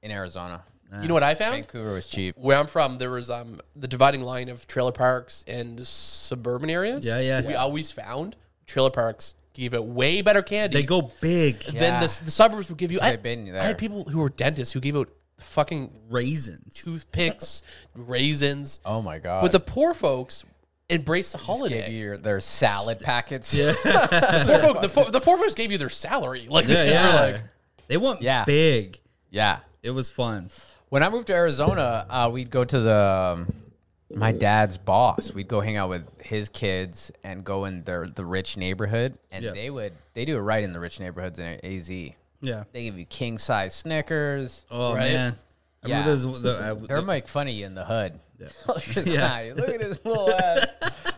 Speaker 3: in Arizona.
Speaker 2: You know what I found?
Speaker 3: Vancouver was cheap.
Speaker 2: where I'm from, there was um the dividing line of trailer parks and suburban areas.
Speaker 4: Yeah, yeah.
Speaker 2: We always found trailer parks give it way better candy
Speaker 4: They go big.
Speaker 2: than the, the suburbs would give you. I,
Speaker 3: They've been
Speaker 2: I
Speaker 3: there.
Speaker 2: had people who were dentists who gave out fucking
Speaker 4: Raisins.
Speaker 2: toothpicks, raisins.
Speaker 3: Oh my god!
Speaker 4: Uh,
Speaker 2: But the poor folks embraced the
Speaker 3: Just gave you
Speaker 2: holiday.
Speaker 3: your, their salad packets. Yeah,
Speaker 2: The poor, folk, the, poor, the poor folks gave you their salary. Like,
Speaker 4: Yeah,
Speaker 2: they were
Speaker 4: yeah.
Speaker 2: like,
Speaker 4: they went
Speaker 3: Yeah.
Speaker 4: big. It was fun.
Speaker 3: When I moved to Arizona, uh, we'd go to the um, my dad's boss. We'd go hang out with his kids and go in their the rich neighborhood, and
Speaker 4: Yeah.
Speaker 3: they would they do it right in the rich neighborhoods in AZ. They
Speaker 4: Yeah.
Speaker 3: give you king size Snickers.
Speaker 4: Oh
Speaker 2: Right?
Speaker 4: man. I
Speaker 3: Yeah.
Speaker 4: remember there was the, I,
Speaker 3: They're make fun of you in the hood. Oh,
Speaker 4: Yeah.
Speaker 3: Look at his little ass.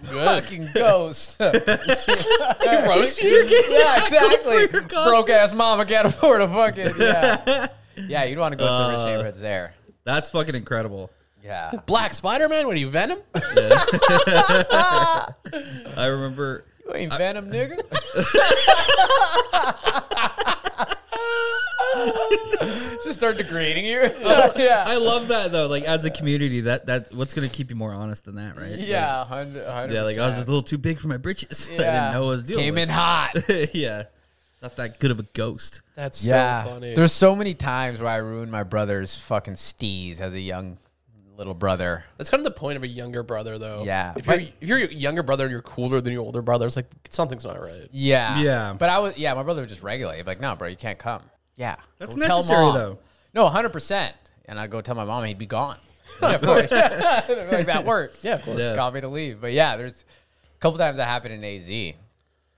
Speaker 3: Fucking ghost. yeah,
Speaker 2: they roast you?
Speaker 3: exactly.
Speaker 4: your ghost.
Speaker 3: Broke ass mama can't
Speaker 4: Uh.
Speaker 3: afford a fucking. Yeah, yeah you'd want to go to the rich neighborhoods there.
Speaker 4: That's fucking incredible.
Speaker 3: Yeah.
Speaker 2: Black Spider Man? What are you, Venom?
Speaker 4: I remember
Speaker 3: You ain't Venom, nigga.
Speaker 2: Just start degrading you.
Speaker 3: yeah.
Speaker 4: I love that though. Like as a community, that that what's gonna keep you more honest than that, right? Like,
Speaker 3: Yeah, 100 100%.
Speaker 4: yeah, like I was just a little too big for my britches. I didn't
Speaker 3: Yeah.
Speaker 4: know what I was dealing
Speaker 3: came
Speaker 4: with.
Speaker 3: in hot.
Speaker 4: yeah. Not that good of a ghost.
Speaker 2: That's
Speaker 3: yeah.
Speaker 2: so funny.
Speaker 3: There's so many times where I ruined my brother's fucking steez as a young little brother.
Speaker 2: That's kind of the point of a younger brother, though.
Speaker 3: Yeah,
Speaker 2: If
Speaker 3: but-
Speaker 2: you're if you're your younger brother and you're cooler than your older brother, it's like something's not right.
Speaker 3: Yeah.
Speaker 4: Yeah.
Speaker 3: But I was yeah, my brother would just regulate. He'd be Like, no, bro, you can't come. Yeah.
Speaker 4: That's
Speaker 3: Go tell
Speaker 4: necessary,
Speaker 3: mom."
Speaker 4: though.
Speaker 3: No, hundred percent. And I'd go tell my mom and he'd be gone. yeah, of course. like that worked. Yeah, of course.
Speaker 4: Yeah.
Speaker 3: Got me to leave. But yeah, there's a couple times that happened in AZ.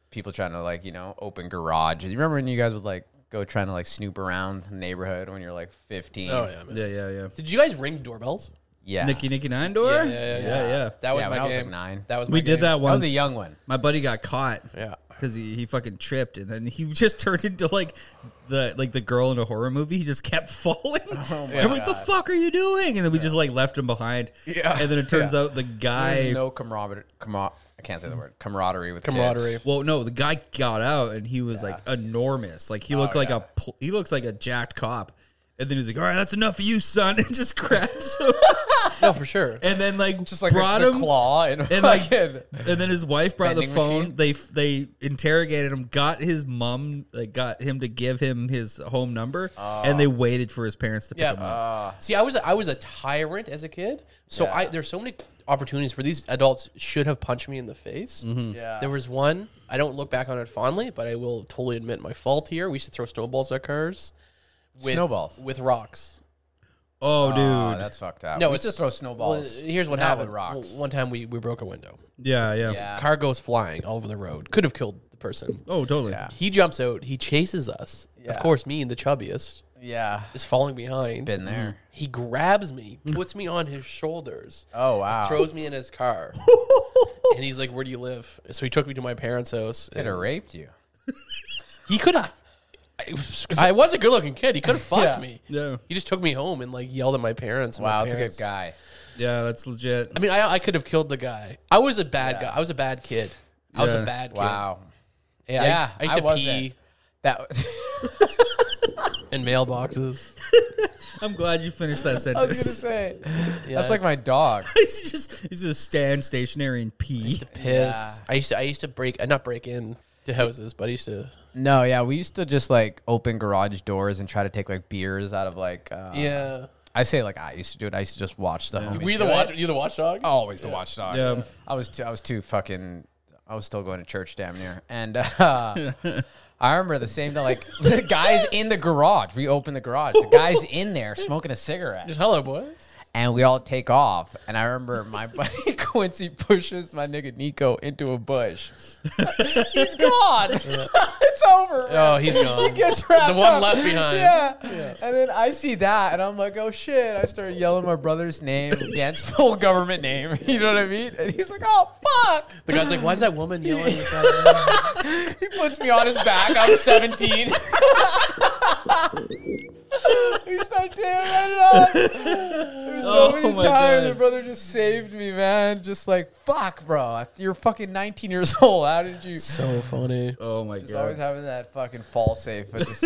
Speaker 3: People trying to like, you know, open garages. You remember when you guys would like go trying to like snoop around the neighborhood when you're like fifteen?
Speaker 2: Oh yeah, man.
Speaker 4: Yeah, yeah, yeah.
Speaker 2: Did you guys ring doorbells?
Speaker 3: Yeah.
Speaker 4: Nicky Nicky Nine Door?
Speaker 2: Yeah, yeah, yeah,
Speaker 4: yeah.
Speaker 2: That was
Speaker 3: Yeah,
Speaker 2: my
Speaker 3: when I was, like,
Speaker 2: game.
Speaker 3: nine.
Speaker 2: That was my
Speaker 4: We did
Speaker 2: game.
Speaker 4: that
Speaker 3: That
Speaker 4: once.
Speaker 3: was a young one.
Speaker 4: My buddy got caught.
Speaker 2: Yeah.
Speaker 4: Because he, he fucking tripped and then he just turned into like the like the girl in a horror movie. He just kept falling. Oh
Speaker 3: my
Speaker 4: and what the fuck are you doing? And then we just like left him behind.
Speaker 3: Yeah.
Speaker 4: And then it turns
Speaker 3: Yeah.
Speaker 4: out the guy
Speaker 3: There's no camaraderie. Camar- I can't say the word camaraderie with kids.
Speaker 2: Camaraderie.
Speaker 4: Well, no, the guy got out and he was like enormous. Like he
Speaker 3: Oh,
Speaker 4: looked like a pl- he looks like a jacked cop. And then he was like, "All right, that's enough of you, son," and just grabs him.
Speaker 2: No, for sure.
Speaker 4: and then like
Speaker 3: Just like
Speaker 4: brought
Speaker 3: the,
Speaker 4: him
Speaker 3: the claw and,
Speaker 4: and like
Speaker 3: fucking-
Speaker 4: and then his wife brought the
Speaker 3: Vending
Speaker 4: phone.
Speaker 3: machine.
Speaker 4: They they interrogated him, got his mom, like got him to give him his home number, and they
Speaker 3: Oh.
Speaker 4: waited for his parents to pick
Speaker 2: Yeah. uh,
Speaker 4: him
Speaker 3: uh,
Speaker 4: up.
Speaker 2: See, I was I was a tyrant as a kid. So I there's so many opportunities where these adults should have punched me in the face.
Speaker 4: Mm-hmm.
Speaker 3: Yeah.
Speaker 2: There was one I don't look back on it fondly, but I will totally admit my fault here. We used to throw snowballs at cars. With,
Speaker 3: Snowballs?
Speaker 2: with rocks.
Speaker 4: Oh,
Speaker 3: Oh,
Speaker 4: dude,
Speaker 3: that's fucked up.
Speaker 2: No,
Speaker 3: we
Speaker 2: it's
Speaker 3: just throw snowballs.
Speaker 2: Well, here's what
Speaker 3: Not
Speaker 2: happened.
Speaker 3: With rocks.
Speaker 2: One time we, we broke a window.
Speaker 4: yeah, yeah,
Speaker 3: yeah.
Speaker 2: Car goes flying all over the road. Could have killed the person.
Speaker 4: Oh, totally.
Speaker 2: He jumps out. He chases us. Of
Speaker 3: Yeah.
Speaker 2: course, me, the chubbiest,
Speaker 3: yeah.
Speaker 2: is falling behind.
Speaker 3: Been there.
Speaker 2: He grabs me, puts me on his shoulders,
Speaker 3: Oh wow.
Speaker 2: throws me in his car. and he's like, Where do you live? So he took me to my parents' house.
Speaker 3: Could
Speaker 2: and
Speaker 3: have raped you.
Speaker 2: He could have. I was- I was a good looking kid. He could have fucked
Speaker 3: Yeah.
Speaker 2: me.
Speaker 4: Yeah.
Speaker 2: He just took me home and like yelled at my parents. and my
Speaker 3: Wow, that's a
Speaker 2: parents-
Speaker 3: good guy.
Speaker 4: Yeah, that's legit.
Speaker 2: I mean, I, I could have killed the guy. I was a bad guy. I was a bad kid. I was
Speaker 4: Yeah.
Speaker 2: a bad kid.
Speaker 3: Wow.
Speaker 2: Yeah,
Speaker 3: Yeah,
Speaker 2: I used, I used to
Speaker 3: I
Speaker 2: pee
Speaker 3: wasn't. That
Speaker 2: in mailboxes.
Speaker 4: I'm glad you finished that
Speaker 3: I was gonna
Speaker 4: sentence.
Speaker 3: say.
Speaker 2: Yeah.
Speaker 3: That's like my dog.
Speaker 4: He's just he's just stand stationary and pee.
Speaker 2: piss. I used to I used to break uh, not break in to houses, but I used to
Speaker 3: No, yeah, we used to just like open garage doors and try to take like beers out of like. Uh,
Speaker 2: yeah.
Speaker 3: I say like I used to do it. I used to just watch the. homies
Speaker 2: Were you
Speaker 3: do
Speaker 2: the
Speaker 3: it.
Speaker 2: watch? You the watchdog?
Speaker 3: Always the watchdog.
Speaker 4: Yeah.
Speaker 3: I was too, I was too fucking I was still going to church damn near. And uh, I remember the same thing like the guys in the garage. We opened the garage. The guys in there smoking a cigarette.
Speaker 2: Just hello, boys.
Speaker 3: And we all take off. And I remember my buddy Quincy pushes my nigga Nico into a bush. he's gone. it's over. man.
Speaker 2: Oh, he's gone.
Speaker 3: He gets
Speaker 2: The
Speaker 3: wrapped
Speaker 2: one
Speaker 3: up.
Speaker 2: left behind.
Speaker 3: Yeah. And then I see that and I'm like, oh shit. I start yelling my brother's name, Dan's full government name. You know what I mean? And he's like, oh fuck.
Speaker 2: The guy's like, "Why is that woman yelling?" at this guy?"
Speaker 3: He puts me on his back. I'm 17. we start tearing it up. There's so
Speaker 4: Oh
Speaker 3: many
Speaker 4: my
Speaker 3: times
Speaker 4: God.
Speaker 3: your brother just saved me, man. Just like, fuck, bro. You're fucking 19 years old. How did you?
Speaker 2: so funny.
Speaker 4: Oh my
Speaker 3: Just always
Speaker 4: god.
Speaker 3: having that fucking fall safe. But just,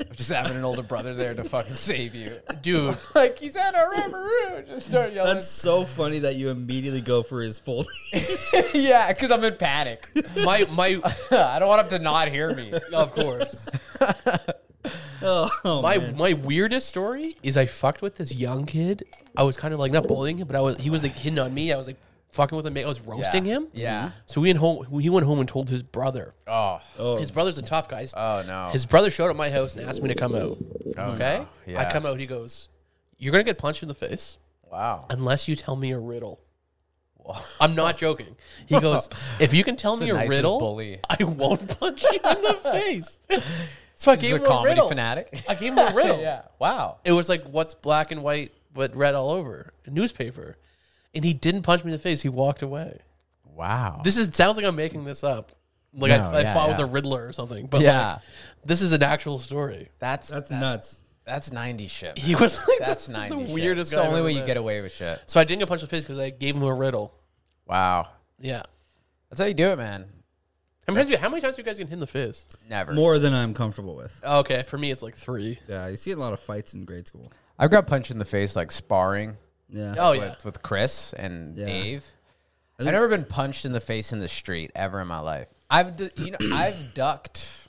Speaker 3: of just having an older brother there to fucking save you.
Speaker 2: Dude,
Speaker 3: Like, he's at our Ramaroo. Just start yelling.
Speaker 4: That's so funny that you immediately go for his full.
Speaker 3: yeah, because I'm in panic.
Speaker 2: my my
Speaker 3: I don't want him to not hear me.
Speaker 2: of course.
Speaker 4: oh,
Speaker 2: My
Speaker 4: man.
Speaker 2: my weirdest story is I fucked with this young kid. I was kind of like not bullying him, but I was he was like hitting on me. I was like fucking with him. I was roasting
Speaker 3: Yeah.
Speaker 2: him. Mm-hmm.
Speaker 3: Yeah.
Speaker 2: So we went home. He went home and told his brother.
Speaker 3: Oh.
Speaker 4: Oh.
Speaker 2: His brother's a tough guy. His-
Speaker 3: Oh, no.
Speaker 2: His brother showed up at my house and asked me to come out. okay?
Speaker 3: no. Yeah.
Speaker 2: I come out. He goes, You're going to get punched in the face
Speaker 3: wow.
Speaker 2: unless you tell me a riddle. I'm not joking. He goes, If you can tell me
Speaker 3: the
Speaker 2: a
Speaker 3: nicest
Speaker 2: riddle,
Speaker 3: bully.
Speaker 2: I won't punch you in the face. So I
Speaker 3: He's
Speaker 2: gave
Speaker 3: a
Speaker 2: him a
Speaker 3: comedy
Speaker 2: riddle.
Speaker 3: fanatic.
Speaker 2: I gave him a riddle.
Speaker 3: yeah. Wow.
Speaker 2: It was like, What's black and white but red all over? A newspaper. And he didn't punch me in the face. He walked away.
Speaker 3: Wow.
Speaker 2: This is sounds like I'm making this up. Like I,
Speaker 3: No,
Speaker 2: I
Speaker 3: yeah,
Speaker 2: fought with
Speaker 3: yeah.
Speaker 2: the Riddler or something. But
Speaker 3: Yeah.
Speaker 2: like, this is an actual story.
Speaker 3: that's
Speaker 4: that's nuts.
Speaker 3: That's 90 shit. man.
Speaker 2: He was like
Speaker 3: That's
Speaker 2: the,
Speaker 3: 90
Speaker 2: the
Speaker 3: shit.
Speaker 2: weirdest guy
Speaker 3: It's the
Speaker 2: I've
Speaker 3: only
Speaker 2: ever
Speaker 3: way you
Speaker 2: met.
Speaker 3: get away with shit.
Speaker 2: So I didn't go punch his face because I gave him a riddle.
Speaker 3: Wow.
Speaker 2: Yeah.
Speaker 3: That's how you do it, man.
Speaker 2: How many, times you, how many times you guys get hit in the fist?
Speaker 3: Never.
Speaker 4: More than I'm comfortable with.
Speaker 2: Okay, for me it's like three.
Speaker 4: Yeah, you see a lot of fights in grade school.
Speaker 3: I've got punched in the face like sparring
Speaker 4: Yeah.
Speaker 2: Oh
Speaker 3: with,
Speaker 2: yeah.
Speaker 3: with Chris and
Speaker 4: Yeah.
Speaker 3: Dave. I've never been punched in the face in the street ever in my life. I've d- you know I've ducked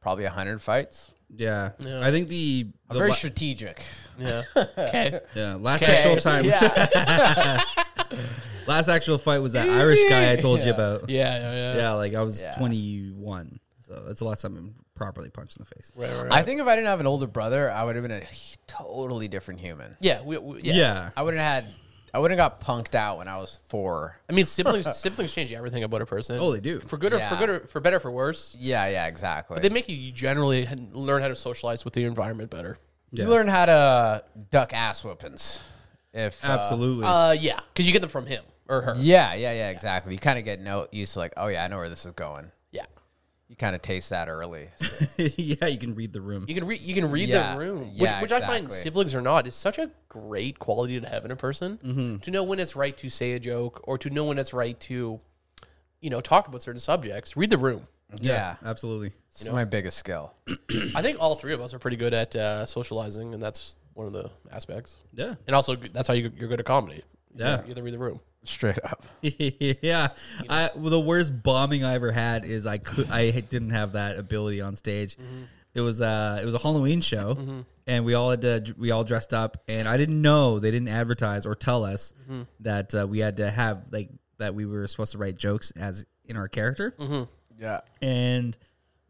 Speaker 3: probably hundred fights.
Speaker 4: Yeah. I think the, the
Speaker 3: Very
Speaker 4: la-
Speaker 3: strategic.
Speaker 2: Yeah. Okay.
Speaker 4: yeah, last actual time
Speaker 3: Yeah.
Speaker 4: last actual fight was that Irish guy I told you about. Yeah,
Speaker 2: Yeah, yeah, yeah.
Speaker 4: like I was 21. So that's the last time I'm properly punched in the face.
Speaker 2: Right, right, right.
Speaker 3: I think if I didn't have an older brother, I would have been a h- totally different human.
Speaker 2: yeah, we, we, yeah.
Speaker 4: Yeah.
Speaker 3: I wouldn't had I wouldn't got punked out when I was four.
Speaker 2: I mean siblings siblings change everything about a person.
Speaker 4: Oh, they do.
Speaker 2: For good or for
Speaker 3: Yeah.
Speaker 2: good or for better or for worse.
Speaker 3: Yeah, yeah, exactly.
Speaker 2: They make you generally learn how to socialize with the environment better.
Speaker 4: Yeah.
Speaker 3: You learn how to duck ass whoopings. If uh,
Speaker 4: Absolutely.
Speaker 2: Uh yeah, cuz you get them from him or her.
Speaker 3: yeah, yeah, yeah, exactly. You kind of get no used to like, oh yeah, I know where this is going.
Speaker 2: Yeah.
Speaker 3: You kind of taste that early.
Speaker 4: yeah, you can read the room.
Speaker 2: You can read. You can read
Speaker 3: Yeah.
Speaker 2: the room,
Speaker 3: Yeah,
Speaker 2: which, which I find
Speaker 3: exactly.
Speaker 2: siblings are not. It's such a great quality to have in a person to know when it's right to say a joke or to know when it's right to, you know, talk about certain subjects. Read the room.
Speaker 3: yeah,
Speaker 4: Absolutely.
Speaker 3: it's my biggest skill.
Speaker 2: I think all three of us are pretty good at uh, socializing, and that's one of the aspects.
Speaker 4: Yeah.
Speaker 2: And also, that's how you, you're good at comedy. You
Speaker 4: Yeah.
Speaker 2: know, you have to read the room.
Speaker 3: Straight up.
Speaker 4: yeah. I well, the worst bombing I ever had is I could I didn't have that ability on stage.
Speaker 2: Mm-hmm.
Speaker 4: It was uh it was a Halloween show and we all had to, we all dressed up and I didn't know they didn't advertise or tell us
Speaker 2: Mm-hmm.
Speaker 4: that uh, we had to have like that we were supposed to write jokes as in our character
Speaker 2: Mm-hmm.
Speaker 3: Yeah.
Speaker 4: and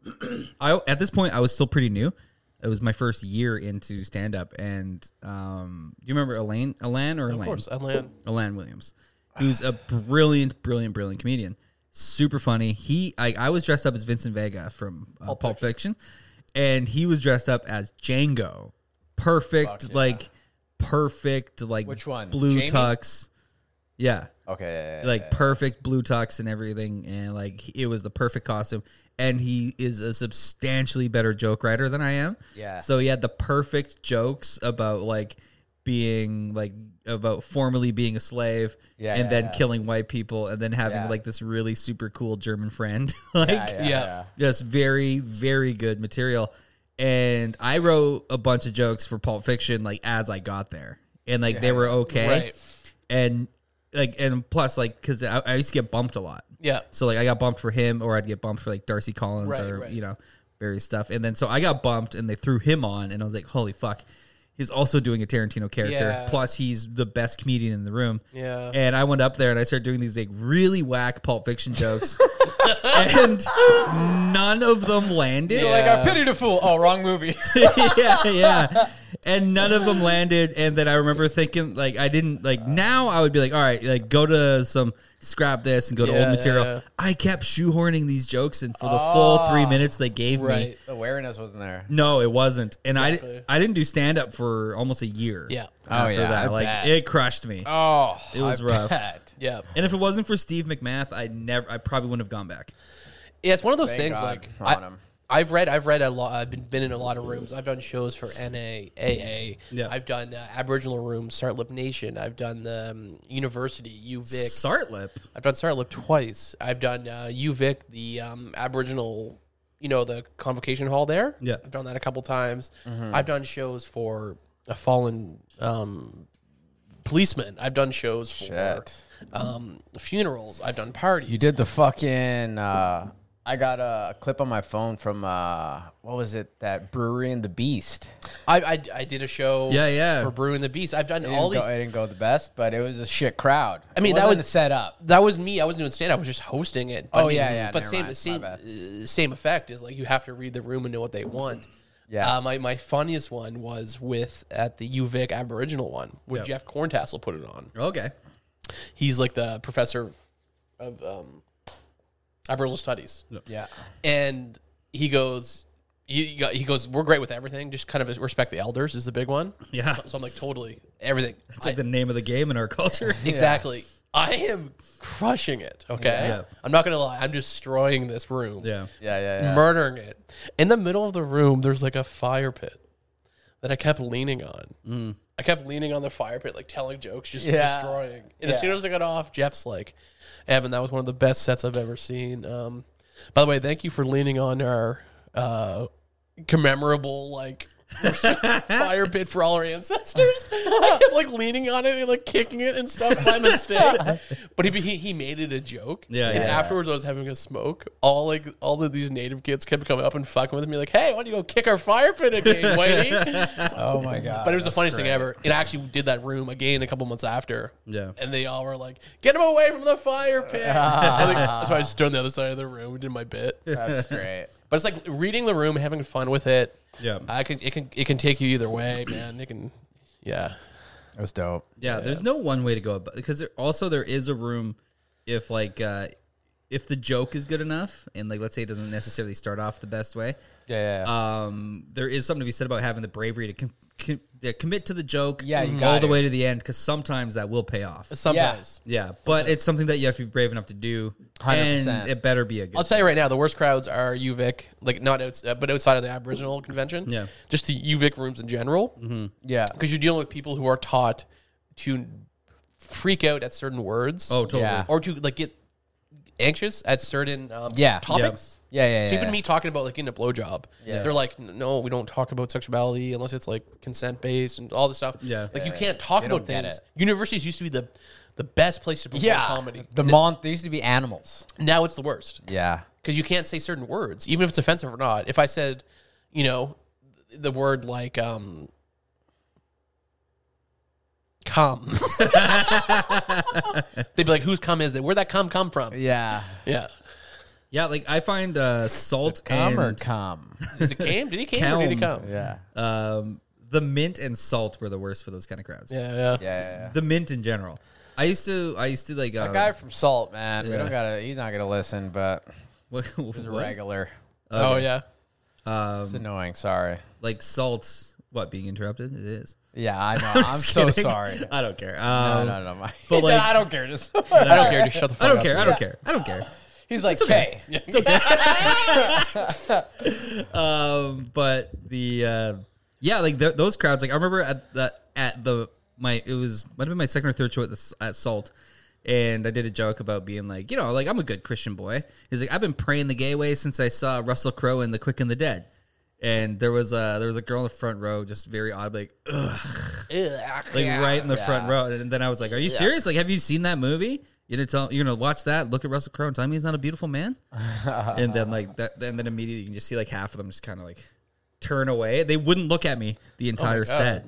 Speaker 4: I at this point I was still pretty new. It was my first year into stand up and um do you remember Elaine Elan or Elaine?
Speaker 2: Of course, Alan.
Speaker 4: Alan Williams, who's a brilliant, brilliant, brilliant comedian. Super funny. He, I, I was dressed up as Vincent Vega from uh, Pulp, Fiction. and he was dressed up as Django. Perfect, like perfect, like
Speaker 3: Which one?
Speaker 4: Blue
Speaker 3: Jamie?
Speaker 4: tux. Yeah,
Speaker 3: Okay. yeah, yeah,
Speaker 4: like perfect blue tux and everything, and like it was the perfect costume. And he is a substantially better joke writer than I am.
Speaker 3: Yeah.
Speaker 4: So he had the perfect jokes about like being like about formerly being a slave
Speaker 3: Yeah,
Speaker 4: and
Speaker 3: yeah,
Speaker 4: then
Speaker 3: yeah.
Speaker 4: killing white people and then having
Speaker 3: Yeah.
Speaker 4: like this really super cool German friend. like
Speaker 3: yeah, yeah,
Speaker 2: yeah.
Speaker 3: yeah.
Speaker 4: just very, very good material. And I wrote a bunch of jokes for Pulp Fiction like as I got there. And like they were okay.
Speaker 2: Right.
Speaker 4: And like and plus like because I, I used to get bumped a lot.
Speaker 2: Yeah.
Speaker 4: So like I got bumped for him, or I'd get bumped for like Darcy Collins,
Speaker 2: Right,
Speaker 4: or
Speaker 2: right.
Speaker 4: you know, various stuff. And then so I got bumped, and they threw him on, and I was like, holy fuck, he's also doing a Tarantino character.
Speaker 2: Yeah.
Speaker 4: Plus, he's the best comedian in the room.
Speaker 2: Yeah.
Speaker 4: And I went up there and I started doing these like really whack Pulp Fiction jokes, and none of them landed.
Speaker 2: Yeah.
Speaker 3: Like I pitied a fool. Oh, wrong movie.
Speaker 4: yeah, yeah. And none of them landed. And then I remember thinking, like, I didn't like. Now I would be like, all right, like, go to some scrap this and go to
Speaker 2: Yeah,
Speaker 4: old material.
Speaker 2: yeah, yeah.
Speaker 4: I kept shoehorning these jokes in for the full three minutes they gave me.
Speaker 2: Right.
Speaker 3: the wariness wasn't there.
Speaker 4: No, it wasn't. And
Speaker 2: Exactly.
Speaker 4: I I didn't do stand up for almost a year.
Speaker 2: Yeah.
Speaker 3: Oh,
Speaker 4: After
Speaker 3: yeah,
Speaker 4: that,
Speaker 3: I
Speaker 4: like,
Speaker 3: bet.
Speaker 4: it crushed me.
Speaker 3: Oh,
Speaker 4: It was rough.
Speaker 3: bet.
Speaker 2: Yeah.
Speaker 4: And if it wasn't for Steve McMath, I never, I probably wouldn't have gone back.
Speaker 2: Yeah, it's one of those
Speaker 3: Thank
Speaker 2: things.
Speaker 3: God
Speaker 2: like
Speaker 3: for
Speaker 2: I,
Speaker 3: Autumn.
Speaker 2: I've read, I've read a lot. I've been, been in a lot of rooms. I've done shows for NA, AA.
Speaker 4: Yeah.
Speaker 2: I've done uh, Aboriginal rooms, Sartlip Nation. I've done the um, University UVic.
Speaker 4: Sartlip.
Speaker 2: I've done Sartlip twice. I've done uh, UVic, the um, Aboriginal, you know, the convocation hall there.
Speaker 4: Yeah.
Speaker 2: I've done that a couple times.
Speaker 3: Mm-hmm.
Speaker 2: I've done shows for a fallen um, policeman. I've done shows for
Speaker 3: Shit.
Speaker 2: um, funerals. I've done parties.
Speaker 3: You did the fucking. Uh, I got a clip on my phone from uh, what was it? That brewery and the beast.
Speaker 2: I, I, I did a show.
Speaker 4: Yeah, yeah.
Speaker 2: For Brewing the Beast, I've done
Speaker 3: It
Speaker 2: all
Speaker 3: didn't
Speaker 2: these.
Speaker 3: go, it didn't go the best, but it was a shit crowd.
Speaker 2: I mean,
Speaker 3: It
Speaker 2: that
Speaker 3: wasn't
Speaker 2: was-
Speaker 3: set up.
Speaker 2: that was me. I wasn't doing stand. I was just hosting it. But
Speaker 3: Oh,
Speaker 2: I mean,
Speaker 3: yeah, yeah,
Speaker 2: But
Speaker 3: never
Speaker 2: same,
Speaker 3: mind. My
Speaker 2: same,
Speaker 3: bad.
Speaker 2: uh, same effect is like you have to read the room and know what they want.
Speaker 3: Yeah.
Speaker 2: Uh, my my funniest one was with at the UVic Aboriginal one where
Speaker 4: Yeah.
Speaker 2: Jeff Corntassel put it on.
Speaker 4: Okay.
Speaker 2: He's like the professor of, of um, Aboriginal studies,
Speaker 3: Yeah.
Speaker 2: and he goes. He, he got- he goes, we're great with everything. Just kind of respect the elders is the big one.
Speaker 4: Yeah.
Speaker 2: So, so I'm like, totally everything.
Speaker 4: It's like the name of the game in our culture.
Speaker 2: Exactly. I am crushing it. Okay.
Speaker 4: Yeah.
Speaker 2: I'm not gonna lie. I'm destroying this room.
Speaker 4: yeah.
Speaker 3: Yeah, yeah, yeah.
Speaker 2: Murdering it. In the middle of the room, there's like a fire pit. that I kept leaning on. I kept leaning on the fire pit, like telling jokes, just
Speaker 3: Mm. Yeah.
Speaker 2: destroying. And as soon as I got off, Jeff's like, Evan, that was one of the best sets I've ever seen. Um, by the way, thank you for leaning on our uh, commemorable, like, fire pit for all our ancestors. I kept like leaning on it and like kicking it and stuff by mistake. But he, he he made it a joke.
Speaker 4: Yeah,
Speaker 2: And
Speaker 4: yeah.
Speaker 2: afterwards, I was having a smoke. All like all of these native kids kept coming up and fucking with me, like, "Hey, why don't you go kick our fire pit again, Whitey?"
Speaker 3: Oh my god!
Speaker 2: but it was the funniest thing ever. It actually did that room again a couple months after.
Speaker 4: Yeah.
Speaker 2: And they all were like, "Get him away from the fire pit!" I think- so I just stood on the other side of the room and did my bit.
Speaker 3: That's great.
Speaker 2: But it's like reading the room, having fun with it.
Speaker 4: Yeah.
Speaker 2: I can it can it can take you either way, man. It can yeah.
Speaker 3: That's dope.
Speaker 4: Yeah, there's no one way to go about because there, also there is a room if like uh if the joke is good enough and like let's say it doesn't necessarily start off the best way,
Speaker 3: Yeah. yeah.
Speaker 4: um there is something to be said about having the bravery to com- com- to commit to the joke
Speaker 3: Yeah, you
Speaker 4: all
Speaker 3: got
Speaker 4: the
Speaker 3: it.
Speaker 4: way to the end cuz sometimes that will pay off.
Speaker 2: Sometimes.
Speaker 4: Yeah, but it's something that you have to be brave enough to do
Speaker 3: 100%.
Speaker 4: and it better be a good
Speaker 2: I'll tell you right now, the worst crowds are UVic, like not outs- uh, but outside of the Aboriginal convention.
Speaker 4: Yeah. Mm-hmm.
Speaker 2: just the UVic rooms in general, because
Speaker 3: yeah.
Speaker 2: you're dealing with people who are taught to freak out at certain words,
Speaker 4: Oh, totally.
Speaker 3: Yeah.
Speaker 2: or to like get anxious at certain um,
Speaker 3: Yeah.
Speaker 2: topics.
Speaker 3: Yeah. Yeah.
Speaker 2: So
Speaker 3: yeah.
Speaker 2: even me talking about like getting a blowjob,
Speaker 4: Yeah.
Speaker 2: they're like, "N- no, we don't talk about sexuality unless it's like consent based and all this stuff.
Speaker 4: Yeah.
Speaker 2: like you can't talk about
Speaker 3: don't get
Speaker 2: things.
Speaker 3: it.
Speaker 2: Universities used to be the the best place to perform
Speaker 3: Yeah.
Speaker 2: comedy.
Speaker 3: The month. They used to be animals.
Speaker 2: Now it's the worst
Speaker 3: Yeah.
Speaker 2: because you can't say certain words, even if it's offensive or not. If I said, you know, the word like um, cum, they'd be like, "Whose cum is it? Where'd that cum come from?"
Speaker 3: Yeah.
Speaker 2: Yeah,
Speaker 4: Yeah, like I find uh salt
Speaker 3: Come or
Speaker 4: and
Speaker 3: come.
Speaker 2: is it came? Did he came or did he
Speaker 4: Cum.
Speaker 2: come?
Speaker 3: Yeah.
Speaker 4: um the mint and salt were the worst for those kind of crowds.
Speaker 2: Yeah, yeah.
Speaker 3: Yeah. yeah, yeah.
Speaker 4: The mint in general. I used to I used to like uh,
Speaker 3: The guy from Salt, man. We
Speaker 4: Yeah.
Speaker 3: don't gotta. He's not gonna listen, but
Speaker 4: What,
Speaker 3: he's a
Speaker 4: what? Um,
Speaker 3: regular.
Speaker 2: Oh yeah.
Speaker 3: It's annoying. Sorry.
Speaker 4: Like salt. What being interrupted? It is.
Speaker 3: Yeah, I know. I'm so
Speaker 4: Kidding.
Speaker 3: sorry.
Speaker 4: I don't care.
Speaker 3: No,
Speaker 4: Um,
Speaker 3: no, no. My, he
Speaker 4: But
Speaker 3: said,
Speaker 4: like,
Speaker 3: I don't care. Just
Speaker 2: I don't care. Just shut the fuck
Speaker 4: I
Speaker 2: up.
Speaker 4: don't care. I don't care. I don't care.
Speaker 3: he's like,
Speaker 4: okay.
Speaker 3: okay.
Speaker 4: It's okay. um, but the uh, yeah, like th- those crowds. Like I remember at the at the my it was might have been my second or third show at the s- at Salt. And I did a joke about being like, you know, like I'm a good Christian boy. He's like, I've been praying the gay way since I saw Russell Crowe in The Quick and the Dead. And there was a there was a girl in the front row, just very odd, like, like right in the front row. And then I was like, "Are you serious? Like, have you seen that movie? You gonna tell you're gonna watch that? Look at Russell Crowe and tell me he's not a beautiful man?" and then like that, and then immediately you can just see like half of them just kind of like turn away. They wouldn't look at me
Speaker 3: Oh
Speaker 4: the entire set.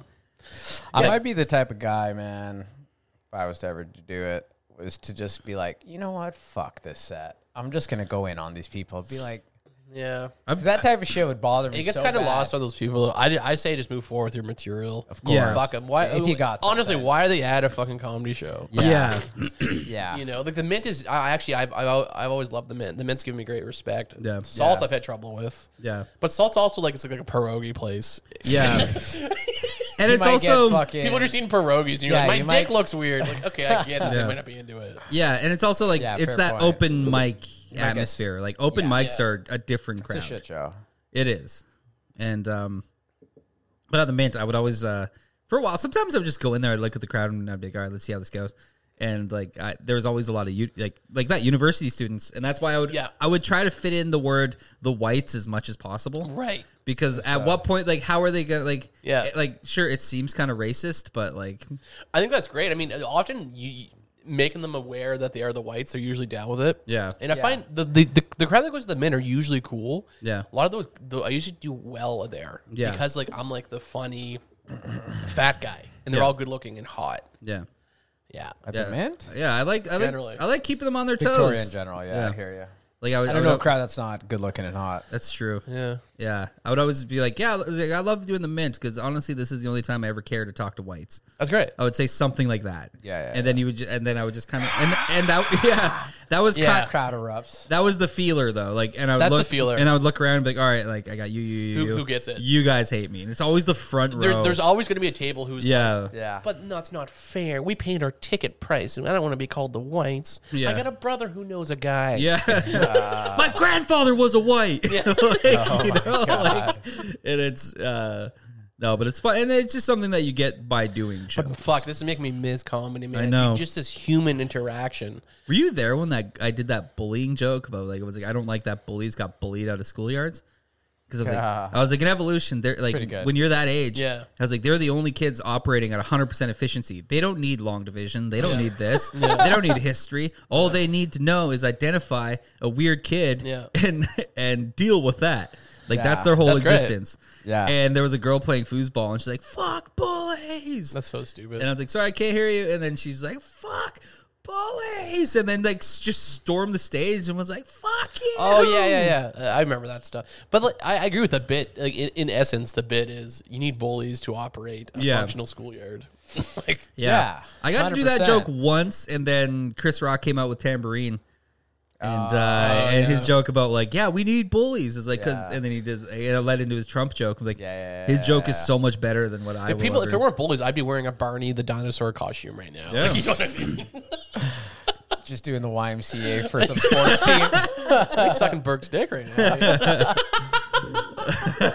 Speaker 3: I might be the type of guy, man, if I was to ever do it, was to just be like, you know what? Fuck this set. I'm just gonna go in on these people. Be like,
Speaker 2: Yeah.
Speaker 3: 'cause that type of shit would bother me.
Speaker 2: It gets
Speaker 3: so
Speaker 2: kind of
Speaker 3: bad.
Speaker 2: lost on those people. I, d- I say just move forward with your material. Of
Speaker 3: course.
Speaker 2: Fuck them. Why,
Speaker 3: If you got
Speaker 2: honestly,
Speaker 3: something.
Speaker 2: why are they at a fucking comedy show?
Speaker 4: Yeah,
Speaker 3: Yeah.
Speaker 2: You know, like the mint is. I I actually, I've, I've, al- I've always loved the mint. The mint's given me great respect.
Speaker 4: Yeah.
Speaker 2: Salt, I've had trouble with.
Speaker 4: yeah,
Speaker 2: But salt's also like it's like a pierogi place.
Speaker 4: yeah. and
Speaker 3: You
Speaker 4: it's
Speaker 3: might
Speaker 4: also
Speaker 3: get fucking,
Speaker 2: People are just eating pierogies, and you're
Speaker 3: Yeah,
Speaker 2: like, my
Speaker 3: you
Speaker 2: dick
Speaker 3: might-
Speaker 2: looks weird. Like, okay, I get it. They
Speaker 4: Yeah.
Speaker 2: might not be into it.
Speaker 4: yeah, and it's also like
Speaker 3: Yeah,
Speaker 4: it's
Speaker 3: fair
Speaker 4: that
Speaker 3: point.
Speaker 4: open mic atmosphere. Like open mics
Speaker 2: Yeah.
Speaker 4: are a different crowd.
Speaker 3: it's a shit show.
Speaker 4: It is. And um but at the mint I would always uh for a while sometimes I would just go in there, I'd look at the crowd and I'd be like, all right, let's see how this goes. And like I, there was always a lot of u- like like that university students, and that's why I would
Speaker 2: Yeah.
Speaker 4: I would try to fit in the word the whites as much as possible,
Speaker 2: Right.
Speaker 4: Because at what point like how are they gonna like
Speaker 2: Yeah.
Speaker 4: it- like sure it seems kind of racist, but like
Speaker 2: I think that's great. I mean, often you making them aware that they are the whites are usually down with it.
Speaker 4: Yeah.
Speaker 2: And I find the, the the the crowd that goes to the men are usually cool.
Speaker 4: Yeah.
Speaker 2: A lot of those the, I usually do well there.
Speaker 4: Yeah.
Speaker 2: Because like I'm like the funny fat guy, and they're
Speaker 4: Yeah.
Speaker 2: all good looking and hot.
Speaker 4: yeah.
Speaker 2: Yeah.
Speaker 3: At
Speaker 4: Yeah.
Speaker 3: the mint?
Speaker 4: Yeah, I like I like
Speaker 2: Generally.
Speaker 4: I like keeping them on their
Speaker 3: Victoria
Speaker 4: toes.
Speaker 3: in general. Yeah,
Speaker 4: Yeah.
Speaker 3: I hear you.
Speaker 4: Like I, was,
Speaker 3: I
Speaker 4: I
Speaker 3: don't
Speaker 4: would
Speaker 3: know a
Speaker 4: al-
Speaker 3: crowd that's not good looking and hot.
Speaker 4: That's true.
Speaker 2: Yeah.
Speaker 4: Yeah, I would always be like, yeah, like, I love doing the mint because honestly, this is the only time I ever care to talk to whites.
Speaker 2: That's great.
Speaker 4: I would say something like that.
Speaker 3: Yeah, yeah,
Speaker 4: and then you would, ju- and then I would just kind of, and and that, yeah, that was
Speaker 2: Yeah.
Speaker 4: kind
Speaker 3: Crowd erupts.
Speaker 4: that was the feeler though. Like, and I would
Speaker 2: That's the
Speaker 4: look,
Speaker 2: feeler.
Speaker 4: and I would look around and be like, all right, like I got you, you, you,
Speaker 2: Who-
Speaker 4: you.
Speaker 2: who gets it?
Speaker 4: You guys hate me, and it's always the front row.
Speaker 2: There, there's always going to be a table who's
Speaker 4: yeah,
Speaker 2: like,
Speaker 3: Yeah.
Speaker 2: But that's not fair. We paid our ticket price, and I don't want to be called the whites.
Speaker 4: Yeah.
Speaker 2: I got a brother who knows a guy.
Speaker 4: yeah. my
Speaker 2: Oh
Speaker 4: grandfather was a white. like, you know, like, and it's uh, No, but it's fun, and it's just something that you get by doing shows.
Speaker 2: Fuck, this is making me miss comedy, man.
Speaker 4: I know.
Speaker 2: Just this human interaction.
Speaker 4: Were you there when that I did that bullying joke about like I was like I don't like that bullies got bullied out of schoolyards because I was
Speaker 3: Yeah.
Speaker 4: like I was like in evolution they're
Speaker 3: Pretty
Speaker 4: like
Speaker 3: good.
Speaker 4: when you're that age
Speaker 2: Yeah.
Speaker 4: I was like they're the only kids operating at 100 percent efficiency they don't need long division they don't need this they don't need history all they need to know is identify a weird kid
Speaker 2: Yeah.
Speaker 4: and and deal with that like that's
Speaker 3: Yeah.
Speaker 4: their whole
Speaker 2: That's great.
Speaker 4: existence
Speaker 3: Yeah.
Speaker 4: and there was a girl playing foosball and she's like fuck bullies
Speaker 2: That's so stupid.
Speaker 4: and I was like, sorry, I can't hear you. And then she's like, fuck, bullies. And then like s- just stormed the stage and was like, fuck you.
Speaker 2: Oh yeah, yeah, yeah. Uh, I remember that stuff. But like, I, I agree with the bit. Like in, in essence, the bit is you need bullies to operate a
Speaker 4: Yeah.
Speaker 2: functional schoolyard. like
Speaker 4: Yeah.
Speaker 3: Yeah,
Speaker 4: I got to do that
Speaker 3: 100%.
Speaker 4: joke once. And then Chris Rock came out with Tambourine. And
Speaker 3: Oh,
Speaker 4: uh, and his joke about like yeah we need bullies is like because
Speaker 3: Yeah.
Speaker 4: and then he did and it led into his Trump joke I was like
Speaker 3: Yeah, yeah, yeah,
Speaker 4: his
Speaker 3: yeah,
Speaker 4: joke is so much better than what I
Speaker 2: if
Speaker 4: will
Speaker 2: people, if
Speaker 4: ever-
Speaker 2: there weren't bullies, I'd be wearing a Barney the dinosaur costume right now.
Speaker 4: Yeah.
Speaker 3: Just doing the YMCA for some sports team.
Speaker 2: I'd be sucking Burke's dick right now. All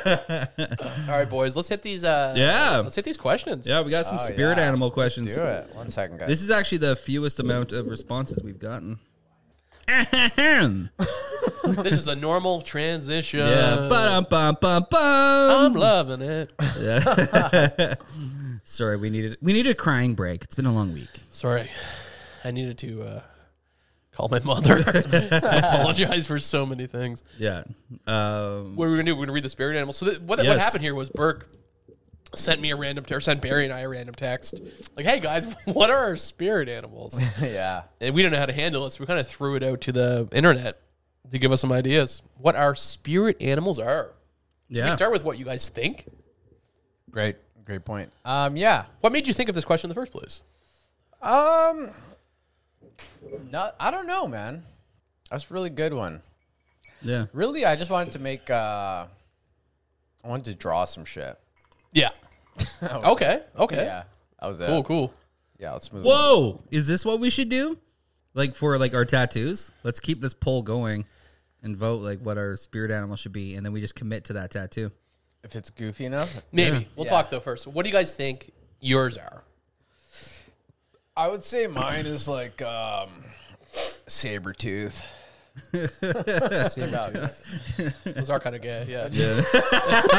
Speaker 2: right, boys, let's hit these. Uh,
Speaker 4: Yeah.
Speaker 2: let's hit these questions.
Speaker 4: yeah we got some
Speaker 3: Oh,
Speaker 4: spirit
Speaker 3: yeah.
Speaker 4: animal
Speaker 3: Let's
Speaker 4: questions
Speaker 3: Do it. One second, guys.
Speaker 4: this is actually the fewest amount of responses we've gotten
Speaker 2: this is a normal transition.
Speaker 4: yeah uh, bum bum bum bum
Speaker 2: I'm loving it.
Speaker 4: Sorry, we needed we needed a crying break. It's been a long week.
Speaker 2: Sorry, I needed to uh, call my mother. apologize for so many things.
Speaker 4: Yeah. Um,
Speaker 2: What are we gonna do? We're gonna read the spirit animal. So th- what, what
Speaker 4: Yes.
Speaker 2: happened here was Burke sent me a random text, sent Barry and I a random text, like, "Hey guys, what are our spirit animals?"
Speaker 3: yeah.
Speaker 2: and we don't know how to handle it, so we kind of threw it out to the internet to give us some ideas what our spirit animals are. We
Speaker 4: yeah.
Speaker 2: start with what you guys think.
Speaker 3: Great. Great point. Um. Yeah.
Speaker 2: What made you think of this question in the first place?
Speaker 3: Um, not, I don't know, man. That's a really good one.
Speaker 4: yeah.
Speaker 3: Really, I just wanted to make. Uh, I wanted to draw some shit.
Speaker 2: Yeah.
Speaker 3: That was
Speaker 2: Okay. Okay.
Speaker 3: it. Yeah, that was it.
Speaker 2: Cool. Cool.
Speaker 3: Yeah, let's move. on.
Speaker 4: Whoa! Oh, Is this what we should do? Like for like our tattoos? Let's keep this poll going and vote like what our spirit animal should be, and then we just commit to that tattoo.
Speaker 3: If it's goofy enough,
Speaker 2: Maybe we'll
Speaker 3: Yeah.
Speaker 2: talk though first. What do you guys think yours are?
Speaker 3: I would say mine is like um, saber tooth.
Speaker 2: Those are kind of gay. Yeah.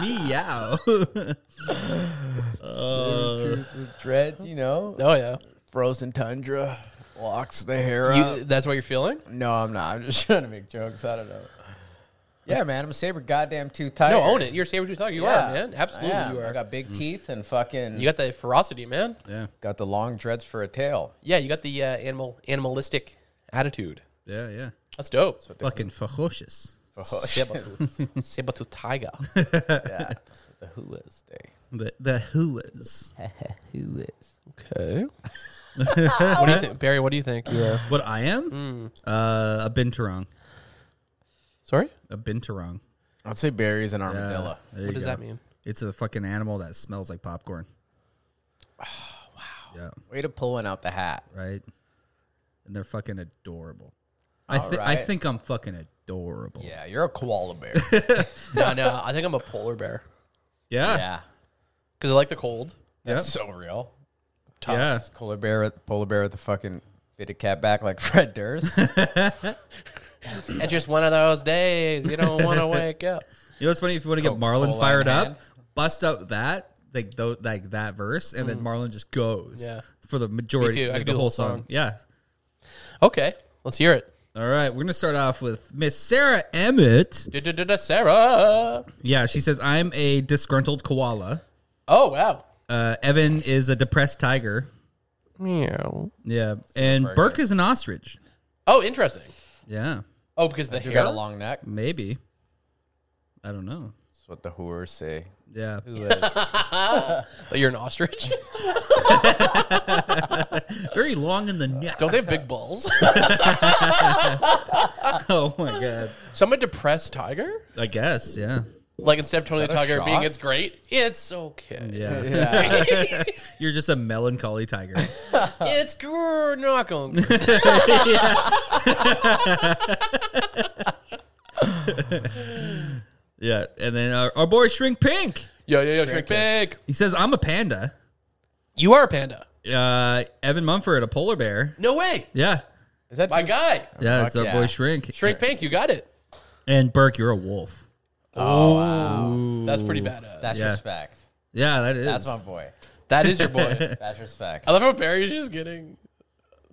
Speaker 4: Meow.
Speaker 3: dreads, you know,
Speaker 2: Oh yeah.
Speaker 3: frozen tundra locks the hair
Speaker 2: You, that's what you're feeling?
Speaker 3: No, I'm not. I'm just trying to make jokes. I don't know. Yeah, man, I'm a saber goddamn tooth tiger.
Speaker 2: No, own it. You're saber tooth tiger. You
Speaker 3: Yeah,
Speaker 2: are, man. Absolutely,
Speaker 3: I am.
Speaker 2: you are.
Speaker 3: I got big teeth and fucking
Speaker 2: you got the ferocity, man.
Speaker 4: yeah.
Speaker 3: got the long dreads for a tail.
Speaker 2: Yeah, you got the uh, animal animalistic attitude.
Speaker 4: Yeah. Yeah.
Speaker 2: That's dope.
Speaker 4: Fucking ferocious.
Speaker 3: Oh,
Speaker 2: Saber tooth- saber tooth tiger.
Speaker 3: Yeah, that's what the who is day.
Speaker 4: The the who is
Speaker 3: Who is?
Speaker 2: Okay. what do you think, Barry? What do you think? You are
Speaker 4: what I am.
Speaker 2: Mm.
Speaker 4: Uh, a binturong.
Speaker 2: sorry.
Speaker 4: A binturong.
Speaker 3: I'd say Barry's an
Speaker 4: Uh,
Speaker 3: armadillo.
Speaker 4: there you
Speaker 2: What does
Speaker 4: go.
Speaker 2: that mean?
Speaker 4: It's a fucking animal that smells like popcorn. wow. Yeah.
Speaker 3: Way to pull one out the hat.
Speaker 4: right? And they're fucking adorable. I,
Speaker 3: All
Speaker 4: thi- I
Speaker 3: right.
Speaker 4: think I'm fucking adorable.
Speaker 3: Yeah, you're a koala bear.
Speaker 2: No, no. I think I'm a polar bear
Speaker 4: Yeah.
Speaker 3: yeah,
Speaker 2: because I like the cold.
Speaker 3: that's so real.
Speaker 4: Tough. Yeah.
Speaker 3: Polar bear, with, polar bear with the fucking fitted cap back like Fred Durst.
Speaker 2: It's just one of those days you don't want to wake up.
Speaker 4: You know what's funny? If you want to get
Speaker 3: Coca-Cola
Speaker 4: Marlon
Speaker 3: in
Speaker 4: fired
Speaker 3: hand.
Speaker 4: up, bust out that like tho- like that verse, and then Marlon just goes.
Speaker 2: Yeah.
Speaker 4: For the majority,
Speaker 2: Me too. I
Speaker 4: like,
Speaker 2: could
Speaker 4: the
Speaker 2: do
Speaker 4: whole song. Yeah.
Speaker 2: Okay, let's hear it.
Speaker 4: All right, we're gonna start off with Miss Sarah Emmett.
Speaker 2: Du-du-du-du, Sarah.
Speaker 4: Yeah, she says I'm a disgruntled koala.
Speaker 2: Oh wow.
Speaker 4: Uh, Evan is a depressed tiger.
Speaker 2: Meow.
Speaker 4: Yeah, and Burke is an ostrich.
Speaker 2: Oh, interesting.
Speaker 4: Yeah,
Speaker 2: Oh, because the
Speaker 3: You
Speaker 2: hair.
Speaker 3: got a long neck.
Speaker 4: maybe. I don't know.
Speaker 3: That's what the whoers say.
Speaker 4: Yeah,
Speaker 3: Who is?
Speaker 2: That you're an ostrich.
Speaker 4: very long in the neck.
Speaker 2: don't they have big balls?
Speaker 4: Oh my god.
Speaker 2: so I'm a depressed tiger.
Speaker 4: I guess, yeah.
Speaker 2: Like instead of Tony
Speaker 3: that
Speaker 2: the
Speaker 3: a
Speaker 2: Tiger being
Speaker 3: shot?
Speaker 2: it's great, it's okay.
Speaker 4: Yeah.
Speaker 3: Yeah.
Speaker 4: You're just a melancholy tiger.
Speaker 2: It's gr- not going. Good.
Speaker 4: yeah. And then our, our boy Shrink Pink.
Speaker 2: Yo yo yo, drink big.
Speaker 4: He says, I'm a panda.
Speaker 2: You are a panda.
Speaker 4: Uh, Evan Mumford, a polar bear.
Speaker 2: No way.
Speaker 4: Yeah.
Speaker 3: Is that
Speaker 2: My
Speaker 3: dude-
Speaker 2: guy,
Speaker 4: Yeah, it's our
Speaker 3: yeah.
Speaker 4: boy Shrink.
Speaker 2: Shrink Pink, you got it.
Speaker 4: And Burke, you're a wolf.
Speaker 2: That's pretty badass.
Speaker 3: That's
Speaker 4: Yeah.
Speaker 3: respect.
Speaker 4: Yeah, that is.
Speaker 3: That's my boy.
Speaker 2: that is your boy.
Speaker 3: That's respect.
Speaker 2: I love how Barry's just getting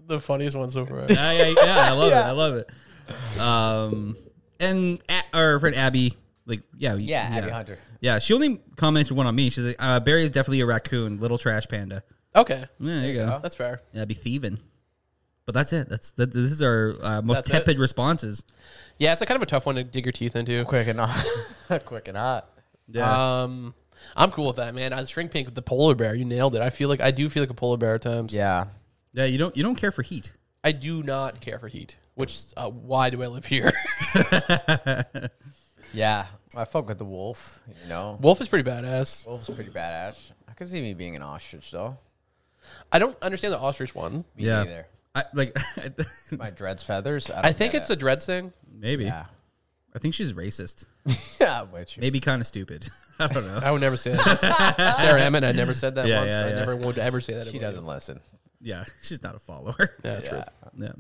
Speaker 2: the funniest one so far.
Speaker 4: yeah, yeah, yeah, I love it. I love it. Um, and a- our friend Abby, like, yeah,
Speaker 3: Yeah, Abby Hunter.
Speaker 4: Yeah, she only commented one on me. She's like, uh, "Barry is definitely a raccoon, little trash panda."
Speaker 2: Okay,
Speaker 4: Yeah, there, you go.
Speaker 2: that's fair.
Speaker 4: Yeah, be thieving. But that's it. That's that, this is our uh, most
Speaker 2: That's it.
Speaker 4: tepid responses.
Speaker 2: Yeah, it's a kind of a tough one to dig your teeth into.
Speaker 3: Quick and hot. Quick and hot. Uh,
Speaker 2: Um, I'm cool with that, man. I shrink pink with the polar bear. You nailed it. I feel like I do feel like a polar bear at times.
Speaker 3: Yeah.
Speaker 4: Yeah, you don't you don't care for heat.
Speaker 2: I do not care for heat. Which uh, why do I live here?
Speaker 3: Yeah. I fuck with the wolf. You know,
Speaker 2: Wolf is pretty badass.
Speaker 3: wolf's pretty badass. I could see me being an ostrich though.
Speaker 2: I don't understand the ostrich one.
Speaker 3: Me
Speaker 4: yeah,
Speaker 3: neither.
Speaker 4: I, like
Speaker 3: My dreads feathers. I, don't
Speaker 2: I think
Speaker 3: get
Speaker 2: it's
Speaker 3: it.
Speaker 2: a dreads thing.
Speaker 4: maybe.
Speaker 3: Yeah.
Speaker 4: I think she's racist.
Speaker 3: yeah. Which
Speaker 4: Maybe kind of stupid. I don't know.
Speaker 2: I would never say that. Sarah Emmett, I never said that
Speaker 4: Yeah,
Speaker 2: once.
Speaker 4: yeah,
Speaker 2: I
Speaker 4: yeah.
Speaker 2: never would ever say that.
Speaker 3: she
Speaker 2: about
Speaker 3: doesn't listen.
Speaker 4: Yeah, she's not a follower.
Speaker 2: you. Yeah, true.
Speaker 4: Yeah.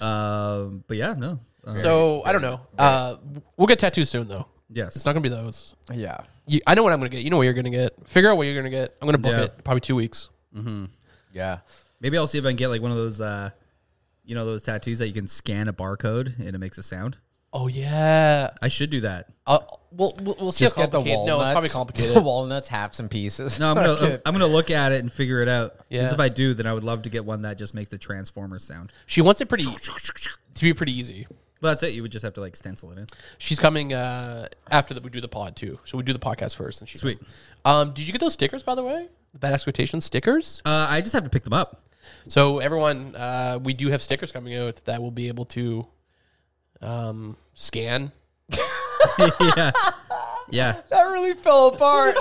Speaker 4: Um, but yeah, no. Um,
Speaker 2: So I don't know. Uh, we'll get tattoos soon though.
Speaker 4: yes.
Speaker 2: It's not gonna be those.
Speaker 3: Yeah.
Speaker 2: You, I know what I'm gonna get. You know what you're gonna get. Figure out what you're gonna get. I'm gonna book
Speaker 4: Yeah.
Speaker 2: it. Probably two weeks.
Speaker 3: Yeah.
Speaker 4: Maybe I'll see if I can get like one of those, uh, you know, those tattoos that you can scan a barcode and it makes a sound.
Speaker 2: Oh yeah.
Speaker 4: I should do that.
Speaker 2: Uh, we'll, we'll we'll see
Speaker 3: Just
Speaker 2: how
Speaker 3: get the
Speaker 2: complicated.
Speaker 3: walnuts.
Speaker 2: No, it's probably
Speaker 3: The
Speaker 2: complicated.
Speaker 3: walnuts, halves and pieces.
Speaker 4: No, I'm gonna
Speaker 3: Okay.
Speaker 4: I'm gonna look at it and figure it out.
Speaker 2: Yeah.
Speaker 4: Because if I do, then I would love to get one that just makes the Transformers sound.
Speaker 2: she wants it pretty to be pretty easy.
Speaker 4: Well, that's it. You would just have to like stencil it in.
Speaker 2: She's coming uh, after that. We do the pod too, so we do the podcast first, and she's
Speaker 4: Sweet.
Speaker 2: Um, did you get those stickers by the way? The bad expectation stickers.
Speaker 4: Uh, I just have to pick them up.
Speaker 2: So everyone, uh, we do have stickers coming out that will be able to um, scan.
Speaker 4: Yeah.
Speaker 3: That really fell apart.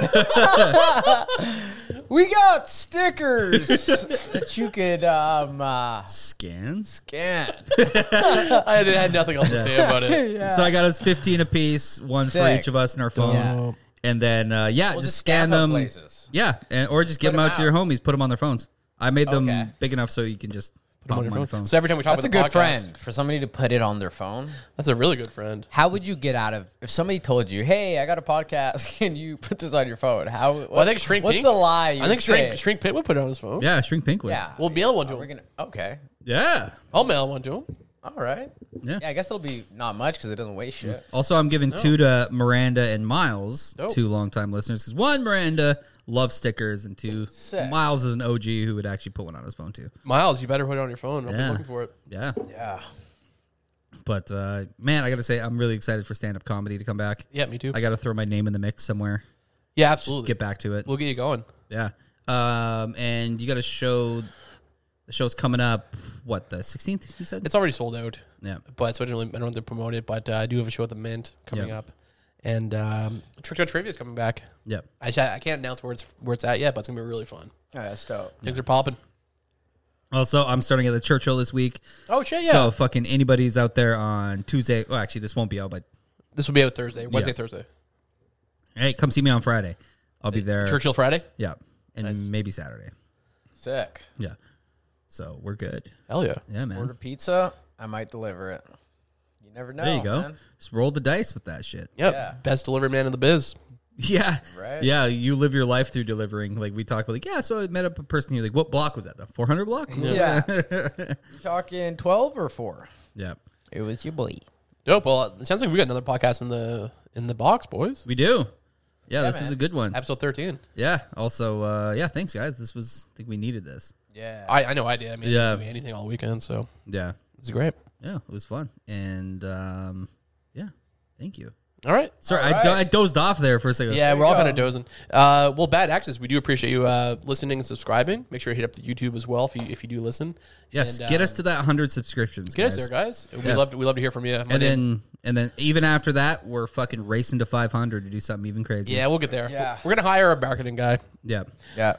Speaker 3: we got stickers that you could um uh,
Speaker 4: Scans.
Speaker 3: scan.
Speaker 2: I had- I had nothing else to say about it.
Speaker 4: So I got us 15 apiece, one for
Speaker 3: Sick.
Speaker 4: each of us in our phone.
Speaker 3: Yeah.
Speaker 4: And then uh, yeah, just,
Speaker 3: just
Speaker 4: scan
Speaker 3: snap up
Speaker 4: them.
Speaker 3: places.
Speaker 4: Yeah, and, or just give them
Speaker 3: 'em
Speaker 4: out, to your homies. Put them on their phones. I made them
Speaker 3: Okay.
Speaker 4: big enough so you can just put them on your phone.
Speaker 2: So every time we talk
Speaker 3: That's a
Speaker 2: about the
Speaker 3: good
Speaker 2: podcast-
Speaker 3: friend for somebody to put it on their phone.
Speaker 2: That's a really good friend.
Speaker 3: How would you get out of if somebody told you, "Hey, I got a podcast. Can you put this on your phone?" How? What,
Speaker 2: Well, I think Shrink
Speaker 3: What's
Speaker 2: Pink-
Speaker 3: the lie? You
Speaker 2: I think
Speaker 3: would
Speaker 2: Shrink,
Speaker 3: say?
Speaker 2: Shrink Pit would put it on his phone.
Speaker 4: yeah, shrink pink would.
Speaker 3: Yeah.
Speaker 2: We'll mail one to
Speaker 3: Oh, we're
Speaker 2: him.
Speaker 3: gonna. Okay.
Speaker 4: yeah.
Speaker 2: I'll mail one to him.
Speaker 3: All right.
Speaker 4: Yeah.
Speaker 3: I guess it'll be not much because it doesn't weigh
Speaker 2: Mm.
Speaker 3: shit.
Speaker 4: Also, I'm
Speaker 3: Oh.
Speaker 4: giving two to Miranda and Miles,
Speaker 2: Dope.
Speaker 4: two longtime listeners. Because one, Miranda loves stickers, and two,
Speaker 3: Sick.
Speaker 4: Miles is an OG who would actually put one on his phone too.
Speaker 2: Miles, you better put it on your phone. I'll be
Speaker 4: Yeah.
Speaker 2: looking for it.
Speaker 4: Yeah.
Speaker 3: Yeah.
Speaker 4: But uh, man, I gotta say, I'm really excited for stand up comedy to come back.
Speaker 2: Yeah, me too.
Speaker 4: I gotta throw my name in the mix somewhere.
Speaker 2: yeah, absolutely.
Speaker 4: Get back to it.
Speaker 2: We'll get you going.
Speaker 4: Yeah. Um, and you got a show. The show's coming up. What the 16th? You said.
Speaker 2: It's already sold out,
Speaker 4: yeah.
Speaker 2: but it's originally I don't know if they promote it, but uh, I do have a show at the Mint coming
Speaker 4: Yeah.
Speaker 2: up, and um, Trick or Trivia is coming back.
Speaker 4: Yeah.
Speaker 2: I, sh- I can't announce where it's where it's at yet, but it's gonna be really fun.
Speaker 3: Yeah, that's dope.
Speaker 2: Things are popping.
Speaker 4: Also, I'm starting at the Churchill this week.
Speaker 2: Oh shit, yeah.
Speaker 4: So fucking anybody's out there on Tuesday. Well, actually, this won't be out, but
Speaker 2: this will be out Thursday, Wednesday,
Speaker 4: Yeah.
Speaker 2: Thursday.
Speaker 4: hey, come see me on Friday. I'll be there.
Speaker 2: Churchill Friday.
Speaker 4: Yeah, and maybe Saturday.
Speaker 3: Sick.
Speaker 4: Yeah. So we're good.
Speaker 2: Hell yeah.
Speaker 4: Yeah, man.
Speaker 3: Order pizza. I might deliver it. You never know.
Speaker 4: there you go.
Speaker 3: man.
Speaker 4: Just roll the dice with that shit.
Speaker 2: Yep.
Speaker 3: Yeah.
Speaker 2: Best delivery man in the biz.
Speaker 4: Yeah.
Speaker 3: Right.
Speaker 4: Yeah. You live your life through delivering. Like we talked about, like, yeah, so I met up a person. You're like, what block was that? The 400 block?
Speaker 3: Yeah. you talking twelve or four?
Speaker 4: yeah.
Speaker 3: It was your boy.
Speaker 2: Dope. Well, it sounds like we got another podcast in the in the box, boys.
Speaker 4: We do. Yeah, this is
Speaker 3: man.
Speaker 4: a good one.
Speaker 2: Episode thirteen.
Speaker 4: Yeah. Also, uh, yeah, thanks, guys. This was, I think we needed this.
Speaker 3: Yeah.
Speaker 2: I, I know I did. I mean, I
Speaker 4: Yeah.
Speaker 2: didn't do anything all weekend, so
Speaker 4: Yeah.
Speaker 2: it's great.
Speaker 4: Yeah. It was fun. And, um, yeah. Thank you.
Speaker 2: All right.
Speaker 4: Sorry,
Speaker 3: All
Speaker 4: I, do-
Speaker 3: right.
Speaker 4: I dozed off there for a second.
Speaker 2: Yeah, we're all
Speaker 3: go.
Speaker 2: kind of dozing. Uh, well, bad access. We do appreciate you uh, listening and subscribing. Make sure you hit up the YouTube as well if you if you do listen.
Speaker 4: Yes.
Speaker 2: And,
Speaker 4: get
Speaker 2: uh,
Speaker 4: us to that 100 subscriptions.
Speaker 2: get us there, guys. We love to, we love to hear from you. My
Speaker 4: And
Speaker 2: name-
Speaker 4: then And then even after that, we're fucking racing to 500 to do something even crazier.
Speaker 2: Yeah, we'll get there.
Speaker 3: Yeah.
Speaker 2: We're gonna hire a marketing guy.
Speaker 4: Yeah.
Speaker 3: Yeah.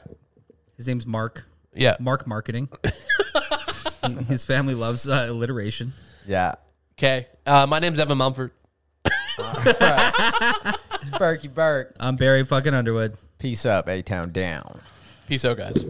Speaker 4: His name's Mark.
Speaker 2: Yeah.
Speaker 4: Mark Marketing. His family loves uh, alliteration.
Speaker 3: Yeah.
Speaker 2: Okay. Uh, my name's Evan Mumford.
Speaker 3: It's Berkey Burke.
Speaker 4: I'm Barry fucking Underwood.
Speaker 3: Peace up, A Town Down.
Speaker 2: Peace out, guys.